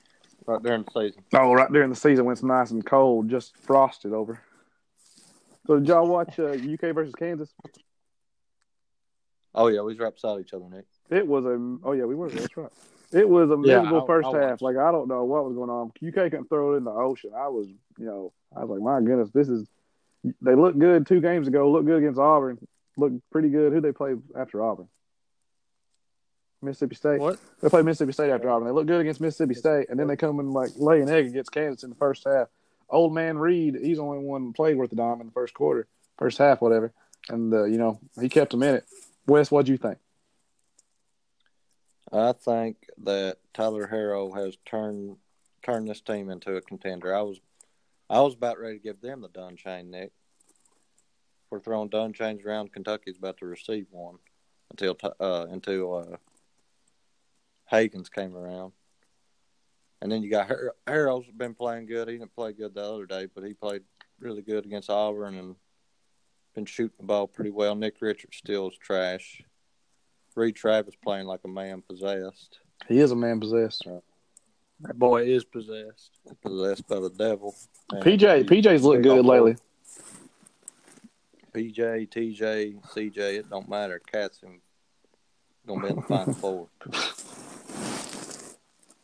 [SPEAKER 2] right during the season.
[SPEAKER 1] Oh, right during the season when it's nice and cold, just frosted over. So did y'all watch uh, UK versus Kansas?
[SPEAKER 2] Oh yeah, we was right beside each other, Nick.
[SPEAKER 1] It was a oh yeah we were that's right. It was a
[SPEAKER 3] Yeah,
[SPEAKER 1] miserable
[SPEAKER 3] I-
[SPEAKER 1] first
[SPEAKER 3] I
[SPEAKER 1] half.
[SPEAKER 3] watched.
[SPEAKER 1] Like I don't know what was going on. UK couldn't throw it in the ocean. I was you know I was like my goodness this is they looked good two games ago. Looked good against Auburn. Looked pretty good. Who they play after Auburn? Mississippi State.
[SPEAKER 3] What?
[SPEAKER 1] They play Mississippi State after Auburn. They look good against Mississippi State, and then they come and like lay an egg against Kansas in the first half. Old man Reed, he's only one played worth a dime in the first quarter, first half, whatever. And uh, you know he kept them in it. Wes, what'd you think?
[SPEAKER 2] I think that Tyler Harrow has turned turned this team into a contender. I was I was about ready to give them the Don chain, Nick. We're throwing done change around. Kentucky's about to receive one until t- uh, until uh, Hagen's came around. And then you got Har- Harold's been playing good. He didn't play good the other day, but he played really good against Auburn and been shooting the ball pretty well. Nick Richards still is trash. Reed Travis playing like a man possessed,
[SPEAKER 1] He is a man possessed.
[SPEAKER 3] That boy is possessed.
[SPEAKER 2] possessed by the devil. And
[SPEAKER 1] PJ, PJ's looked good lately.
[SPEAKER 2] PJ, TJ, CJ, it don't matter. Cats and gonna be in the final four.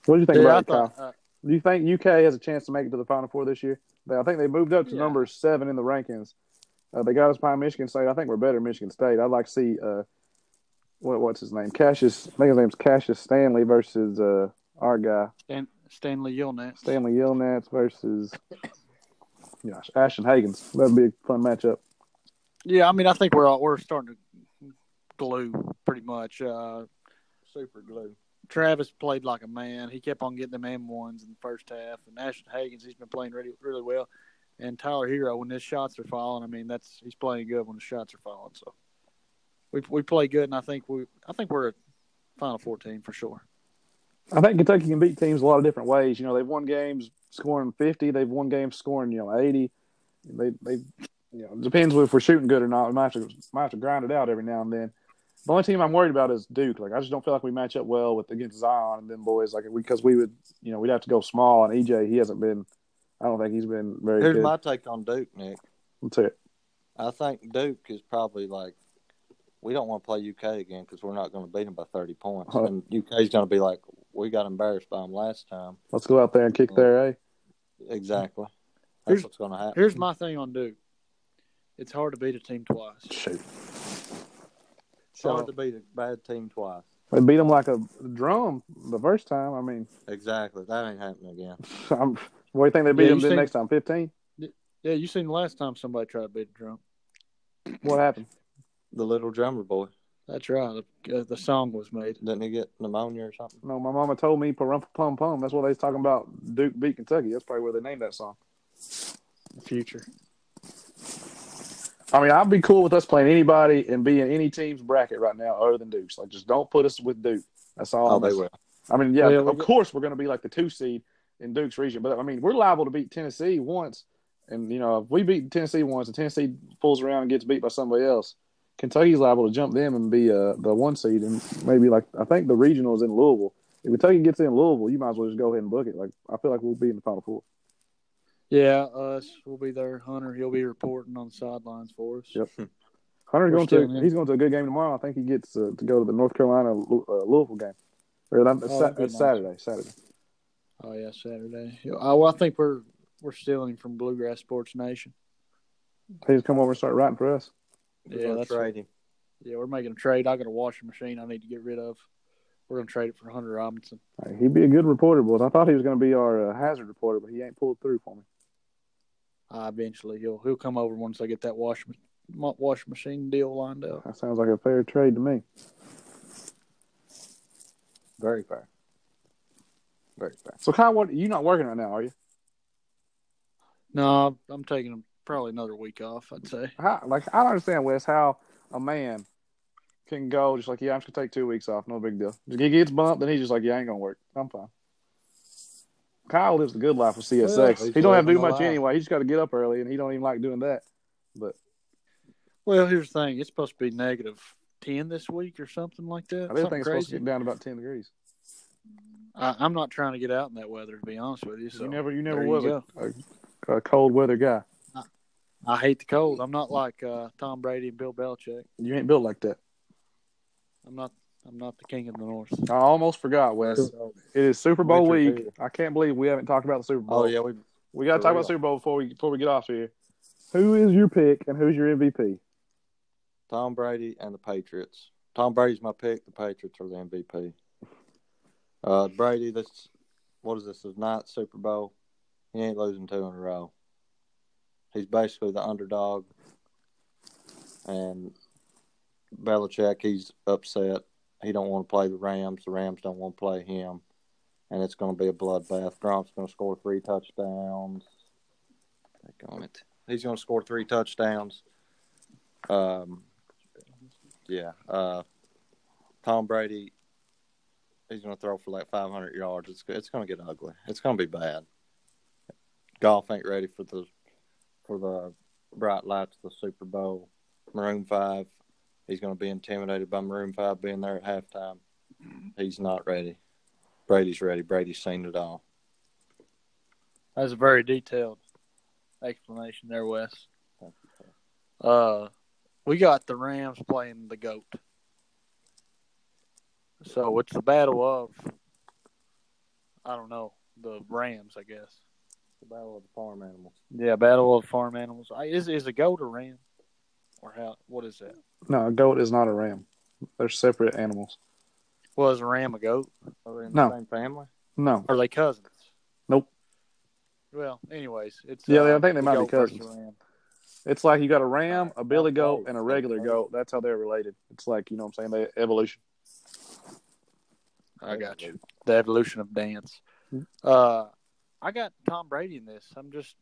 [SPEAKER 1] What do you think
[SPEAKER 3] Yeah,
[SPEAKER 1] about
[SPEAKER 3] I
[SPEAKER 1] it, Kyle?
[SPEAKER 3] thought, uh,
[SPEAKER 1] Do you think UK has a chance to make it to the Final Four this year? They- I think they moved up to
[SPEAKER 3] Yeah.
[SPEAKER 1] number seven in the rankings. Uh, they got us behind Michigan State. I think we're better than Michigan State. I'd like to see uh, what what's his name? Cassius. I think his name's Cassius Stanley versus uh, our guy
[SPEAKER 3] Stan, Stanley Yelnats.
[SPEAKER 1] Stanley Yelnats versus gosh Ashton Hagens. That'd be a fun matchup.
[SPEAKER 3] Yeah, I mean, I think we're all, we're starting to glue pretty much. Uh,
[SPEAKER 2] Super glue.
[SPEAKER 3] Travis played like a man. He kept on getting them M ones in the first half. And Ashton Hagens, he's been playing really really well. And Tyler Hero, when his shots are falling, I mean, that's he's playing good when the shots are falling. So we we play good, and I think we I think we're a Final fourteen for sure.
[SPEAKER 1] I think Kentucky can beat teams a lot of different ways. You know, they've won games scoring fifty. They've won games scoring you know eighty. They they you know depends if we're shooting good or not. We might have to might have to grind it out every now and then. The only team I'm worried about is Duke. Like I just don't feel like we match up well with against Zion and them boys. Like because we would you know we'd have to go small and EJ he hasn't been. I don't think he's been very
[SPEAKER 2] Here's
[SPEAKER 1] good.
[SPEAKER 2] my take on Duke, Nick.
[SPEAKER 1] Let's hear it.
[SPEAKER 2] I think Duke is probably like we don't want to play UK again because we're not going to beat them by 30 points,
[SPEAKER 1] Huh.
[SPEAKER 2] and UK's going to be like we got embarrassed by them last time.
[SPEAKER 1] Let's go out there and
[SPEAKER 3] Oh.
[SPEAKER 1] kick their a.
[SPEAKER 2] Exactly. That's
[SPEAKER 3] Here's-
[SPEAKER 2] what's going to happen.
[SPEAKER 3] Here's my thing on Duke. It's hard to beat a team twice.
[SPEAKER 1] Shoot,
[SPEAKER 2] It's hard to beat a bad team twice.
[SPEAKER 1] they beat them like a drum the first time. I mean,
[SPEAKER 2] Exactly. That ain't happening again.
[SPEAKER 1] I'm, what do you think they beat
[SPEAKER 3] Yeah,
[SPEAKER 1] them
[SPEAKER 3] you
[SPEAKER 1] the
[SPEAKER 3] think-
[SPEAKER 1] next time? Fifteen.
[SPEAKER 3] Yeah, you seen the last time somebody tried to beat a drum.
[SPEAKER 1] What happened?
[SPEAKER 2] The little drummer boy
[SPEAKER 3] That's right. The, uh, the song was made.
[SPEAKER 2] didn't he get pneumonia or something?
[SPEAKER 1] No, my mama told me "Parumpa Plum Plum." That's what they was talking about. Duke beat Kentucky. That's probably where they named that song.
[SPEAKER 3] The future.
[SPEAKER 1] I mean, I'd be cool with us playing anybody and being any team's bracket right now, other than Duke's. Like, just don't put us with Duke. That's all.
[SPEAKER 2] Oh,
[SPEAKER 1] I'm
[SPEAKER 2] they
[SPEAKER 1] asking.
[SPEAKER 2] will.
[SPEAKER 1] I mean, yeah,
[SPEAKER 3] Yeah, we-
[SPEAKER 1] of course we're going to be like the two seed in Duke's region, but I mean, we're liable to beat Tennessee once, and you know, if we beat Tennessee once, and Tennessee pulls around and gets beat by somebody else, Kentucky's liable to jump them and be uh, the one seed, and maybe like I think the regional is in Louisville. If Kentucky gets in Louisville, you might as well just go ahead and book it. Like, I feel like we'll be in the final four.
[SPEAKER 3] Yeah, us. We'll be there. Hunter, he'll be reporting on the sidelines for us.
[SPEAKER 1] Yep. Hunter's
[SPEAKER 3] We're
[SPEAKER 1] going
[SPEAKER 3] still
[SPEAKER 1] to
[SPEAKER 3] in.
[SPEAKER 1] he's going to a good game tomorrow. I think he gets uh, to go to the North Carolina Lou- uh, Louisville game. Or that, that's, Sat-
[SPEAKER 3] Oh, that'd be
[SPEAKER 1] that's
[SPEAKER 3] nice.
[SPEAKER 1] Saturday. Saturday.
[SPEAKER 3] Oh yeah, Saturday. Yeah, oh, I, well, I think we're we're stealing from Bluegrass Sports Nation.
[SPEAKER 1] He's come over and start writing for us.
[SPEAKER 2] We're
[SPEAKER 3] Yeah,
[SPEAKER 2] gonna
[SPEAKER 3] that's-
[SPEAKER 2] trade him.
[SPEAKER 3] Yeah, we're making a trade. I got a washing machine I need to get rid of. We're gonna trade it for Hunter Robinson.
[SPEAKER 1] Like, he'd be a good reporter, boys. I thought he was going to be our uh, hazard reporter, but he ain't pulled through for me.
[SPEAKER 3] Uh, eventually, he'll he'll come over once I get that washing ma- washing machine deal lined up.
[SPEAKER 1] That sounds like a fair trade to me.
[SPEAKER 2] Very fair. Very fair.
[SPEAKER 1] So, Kyle, what you not working right now, are you?
[SPEAKER 3] No, I'm taking probably another week off. I'd say.
[SPEAKER 1] How, like, I don't understand, Wes, how a man can go just like, yeah, I'm just going to take two weeks off. No big deal. Just- He gets bumped, and he's just like, yeah, I ain't going to work. I'm fine. Kyle lives the good life with CSX.
[SPEAKER 2] Well, he's
[SPEAKER 1] he don't have to do
[SPEAKER 2] living the
[SPEAKER 1] much
[SPEAKER 2] life.
[SPEAKER 1] anyway. He just got to get up early, and he don't even like doing that. But
[SPEAKER 3] Well, here's the thing. It's supposed to be negative ten this week or something like that.
[SPEAKER 1] I do
[SPEAKER 3] Something
[SPEAKER 1] think it's supposed to
[SPEAKER 3] crazy.
[SPEAKER 1] get down to about 10 degrees.
[SPEAKER 3] I, I'm not trying to get out in that weather, to be honest with you. So
[SPEAKER 1] you never, you never
[SPEAKER 3] there
[SPEAKER 1] was
[SPEAKER 3] you
[SPEAKER 1] a, a cold weather guy.
[SPEAKER 3] I hate the cold. I'm not like uh, Tom Brady and Bill Belichick.
[SPEAKER 1] You ain't built like that.
[SPEAKER 3] I'm not. I'm not the king of the north.
[SPEAKER 1] I almost forgot, Wes. It is Super Bowl
[SPEAKER 2] Winter
[SPEAKER 1] week.
[SPEAKER 2] beer.
[SPEAKER 1] I can't believe we haven't talked about the Super Bowl.
[SPEAKER 2] Oh yeah, we
[SPEAKER 1] we got to
[SPEAKER 2] for
[SPEAKER 1] talk
[SPEAKER 2] real.
[SPEAKER 1] about Super Bowl before we before we get off here. Who is your pick and who's your MVP?
[SPEAKER 2] Tom Brady and the Patriots. Tom Brady's my pick. The Patriots are the MVP. Uh, Brady, this what is this? His ninth Super Bowl. He ain't losing two in a row. He's basically the underdog. And Belichick, he's upset. He don't want to play the Rams. The Rams don't want to play him. And it's going to be a bloodbath. Gronk's going to score three touchdowns. Take on it. He's going to score three touchdowns. Um, yeah. Uh, Tom Brady, he's going to throw for like 500 yards. It's it's going to get ugly. It's going to be bad. Golf ain't ready for the for the bright lights of the Super Bowl. Maroon Five, he's going to be intimidated by Maroon Five being there at halftime. He's not ready. Brady's ready. Brady's seen it all.
[SPEAKER 3] That's a very detailed explanation there, Wes. Uh, we got the Rams playing the goat, so it's the battle of I don't know the Rams, I guess.
[SPEAKER 2] The battle of the farm animals.
[SPEAKER 3] Yeah, battle of farm animals. I, is is a goat a ram, or how? What is that?
[SPEAKER 1] No, a goat is not a ram. They're separate animals.
[SPEAKER 3] Well, is a ram a goat?
[SPEAKER 2] Are they in
[SPEAKER 1] No.
[SPEAKER 2] the same family?
[SPEAKER 1] No.
[SPEAKER 3] Are they cousins?
[SPEAKER 1] Nope.
[SPEAKER 3] Well, anyways, it's uh,
[SPEAKER 1] Yeah, I think they
[SPEAKER 3] the
[SPEAKER 1] might be
[SPEAKER 3] goat versus
[SPEAKER 1] cousins.
[SPEAKER 3] the ram.
[SPEAKER 1] It's like you got a ram, a billy
[SPEAKER 2] Okay.
[SPEAKER 1] goat, and a regular
[SPEAKER 2] Okay.
[SPEAKER 1] goat. That's how they're related. It's like, you know what I'm saying? They evolution.
[SPEAKER 3] I got you. The evolution of dance.
[SPEAKER 1] Mm-hmm.
[SPEAKER 3] Uh, I got Tom Brady in this. I'm just,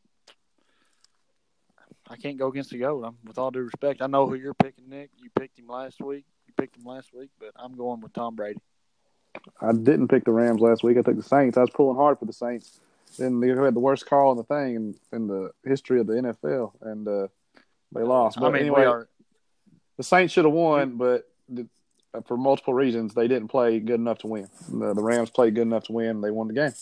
[SPEAKER 3] I can't go against the goat. I'm, with all due respect, I know who you're picking, Nick. You picked him last week. You picked him last week, but I'm going with Tom Brady.
[SPEAKER 1] I didn't pick the Rams last week. I took the Saints. I was pulling hard for the Saints. Then they had the worst call in the thing in, in the history of the NFL, and uh, they lost. But
[SPEAKER 3] I mean,
[SPEAKER 1] anyway,
[SPEAKER 3] we are.
[SPEAKER 1] the Saints should have won, but the, uh, for multiple reasons, they didn't play good enough to win. The, the Rams played good enough to win. They won the game.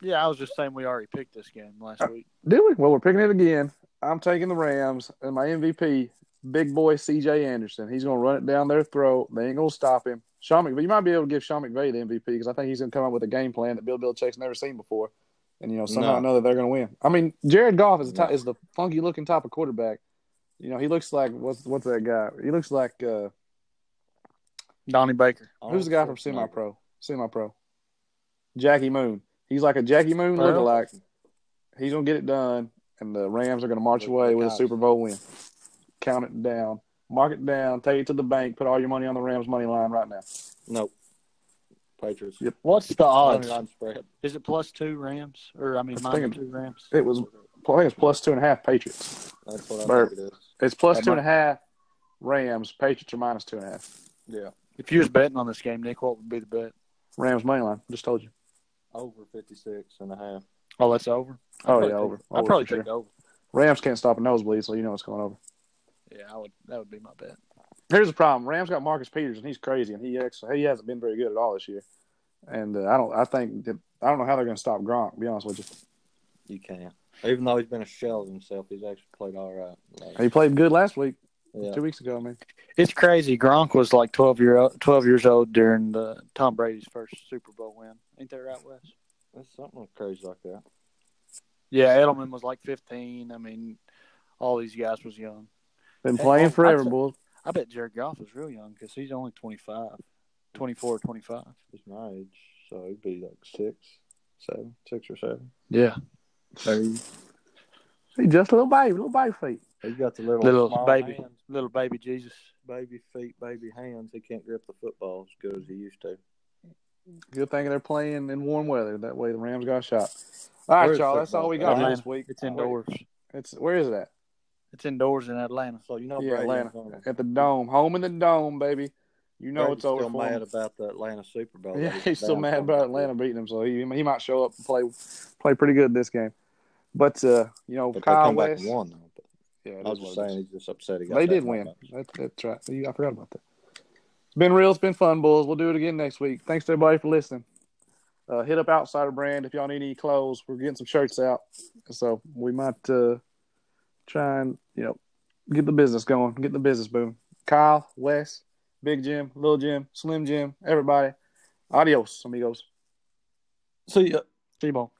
[SPEAKER 3] Yeah, I was just saying we already picked this game last week.
[SPEAKER 1] Did we? Well, we're picking it again. I'm taking the Rams and my MVP, big boy C.J. Anderson. He's going to run it down their throat. They ain't going to stop him. Sean McVay, you might be able to give Sean McVay the MVP because I think he's going to come up with a game plan that Bill Belichick's never seen before, and you know somehow
[SPEAKER 2] No.
[SPEAKER 1] or another they're going to win. I mean, Jared Goff is the
[SPEAKER 2] No.
[SPEAKER 1] top, is the funky looking type of quarterback. You know, he looks like what's what's that guy? He looks like uh,
[SPEAKER 3] Donnie Baker.
[SPEAKER 1] who's the guy from Semi Pro? Semi Pro, Jackie Moon. He's like a Jackie Moon
[SPEAKER 3] Well-
[SPEAKER 1] lookalike. He's gonna get it done, and the Rams are gonna march
[SPEAKER 2] Look
[SPEAKER 1] away
[SPEAKER 2] like
[SPEAKER 1] with a
[SPEAKER 2] us.
[SPEAKER 1] Super Bowl win. Count it down, mark it down, take it to the bank, put all your money on the Rams money line right now.
[SPEAKER 2] Nope. Patriots.
[SPEAKER 1] Yep.
[SPEAKER 3] What's the odds?
[SPEAKER 2] Money line spread.
[SPEAKER 3] Is it plus two Rams or I mean
[SPEAKER 1] I'm
[SPEAKER 3] minus
[SPEAKER 1] thinking-
[SPEAKER 3] two Rams?
[SPEAKER 1] It was, I think it's plus two and a half Patriots.
[SPEAKER 2] That's what I
[SPEAKER 1] Bert.
[SPEAKER 2] think it is.
[SPEAKER 1] It's plus
[SPEAKER 2] That
[SPEAKER 1] two and a half Rams. Patriots are minus two and a half.
[SPEAKER 2] Yeah.
[SPEAKER 3] If you was betting on this game, Nick, what would be the bet?
[SPEAKER 1] Rams money line. Just told you.
[SPEAKER 2] Over 56 and a half.
[SPEAKER 3] Oh, that's over.
[SPEAKER 1] Oh
[SPEAKER 3] I'd
[SPEAKER 1] yeah,
[SPEAKER 3] probably
[SPEAKER 1] over.
[SPEAKER 3] take- I'd
[SPEAKER 1] Over
[SPEAKER 3] probably
[SPEAKER 1] for
[SPEAKER 3] take
[SPEAKER 1] sure.
[SPEAKER 3] over.
[SPEAKER 1] Rams can't stop a nosebleed, so you know it's going over.
[SPEAKER 3] Yeah, I would. That would be my bet.
[SPEAKER 1] Here's the problem: Rams got Marcus Peters, and he's crazy, and he actually he hasn't been very good at all this year. And uh, I don't, I think that I don't know how they're going to stop Gronk. to Be honest with you.
[SPEAKER 2] You can't. Even though he's been a shell of himself, he's actually played all right. Like,
[SPEAKER 1] He played good last week,
[SPEAKER 2] yeah.
[SPEAKER 1] two weeks ago. I mean,
[SPEAKER 3] It's crazy. Gronk was like twelve year old, twelve years old during the Tom Brady's first Super Bowl win. Ain't that right, Wes?
[SPEAKER 2] That's something crazy like that.
[SPEAKER 3] Yeah, Edelman was like fifteen. I mean, all these guys was young.
[SPEAKER 1] been
[SPEAKER 3] Hey,
[SPEAKER 1] playing
[SPEAKER 3] I'd
[SPEAKER 1] forever,
[SPEAKER 3] say-
[SPEAKER 1] Bulls.
[SPEAKER 3] I bet Jared Goff is real young because he's only 25, 24, 25.
[SPEAKER 2] He's my age, so he'd be like six, seven, six or seven.
[SPEAKER 3] Yeah,
[SPEAKER 1] He just a little baby, little baby feet.
[SPEAKER 2] He's got the little,
[SPEAKER 3] Little
[SPEAKER 2] small
[SPEAKER 3] baby.
[SPEAKER 2] hands,
[SPEAKER 3] little baby Jesus.
[SPEAKER 2] baby feet, baby hands. He can't grip the football as good as he used to.
[SPEAKER 1] Good thing they're playing in warm weather. That way, the Rams got a shot. All right,
[SPEAKER 2] Where's
[SPEAKER 1] y'all.
[SPEAKER 2] the
[SPEAKER 1] That's all we
[SPEAKER 2] football?
[SPEAKER 1] got for
[SPEAKER 3] Atlanta.
[SPEAKER 1] this week.
[SPEAKER 3] It's indoors.
[SPEAKER 1] It's where is that?
[SPEAKER 3] It's indoors in Atlanta.
[SPEAKER 2] So you know,
[SPEAKER 1] yeah,
[SPEAKER 2] Brady's
[SPEAKER 1] Atlanta
[SPEAKER 2] gonna-
[SPEAKER 1] at the dome, home in the dome, baby. You know
[SPEAKER 2] Brady's
[SPEAKER 1] it's over
[SPEAKER 2] still
[SPEAKER 1] for 'em.
[SPEAKER 2] mad about the Atlanta Super Bowl.
[SPEAKER 1] Yeah,
[SPEAKER 2] that Oh, he's
[SPEAKER 1] he's still
[SPEAKER 2] down
[SPEAKER 1] mad
[SPEAKER 2] from.
[SPEAKER 1] about Atlanta beating him, so he he might show up and play play pretty good this game. But uh, you know,
[SPEAKER 2] But they
[SPEAKER 1] Kyle
[SPEAKER 2] come back
[SPEAKER 1] West.
[SPEAKER 2] and won. Though. But
[SPEAKER 1] Yeah, it
[SPEAKER 2] I
[SPEAKER 1] is
[SPEAKER 2] was
[SPEAKER 1] what
[SPEAKER 2] just
[SPEAKER 1] it is.
[SPEAKER 2] saying, he's just upset. He got
[SPEAKER 1] they
[SPEAKER 2] that
[SPEAKER 1] did win.
[SPEAKER 2] knocked out.
[SPEAKER 1] That, that's right. You- I forgot about that. It's been real. It's been fun, Bulls. We'll do it again next week. Thanks to everybody for listening. Uh, hit up Outsider Brand if y'all need any clothes. We're getting some shirts out, so we might uh, try and you know get the business going, get the business booming. Kyle, Wes, Big Jim, Little Jim, Slim Jim, everybody. Adios, amigos.
[SPEAKER 2] See ya.
[SPEAKER 3] See you, Ball.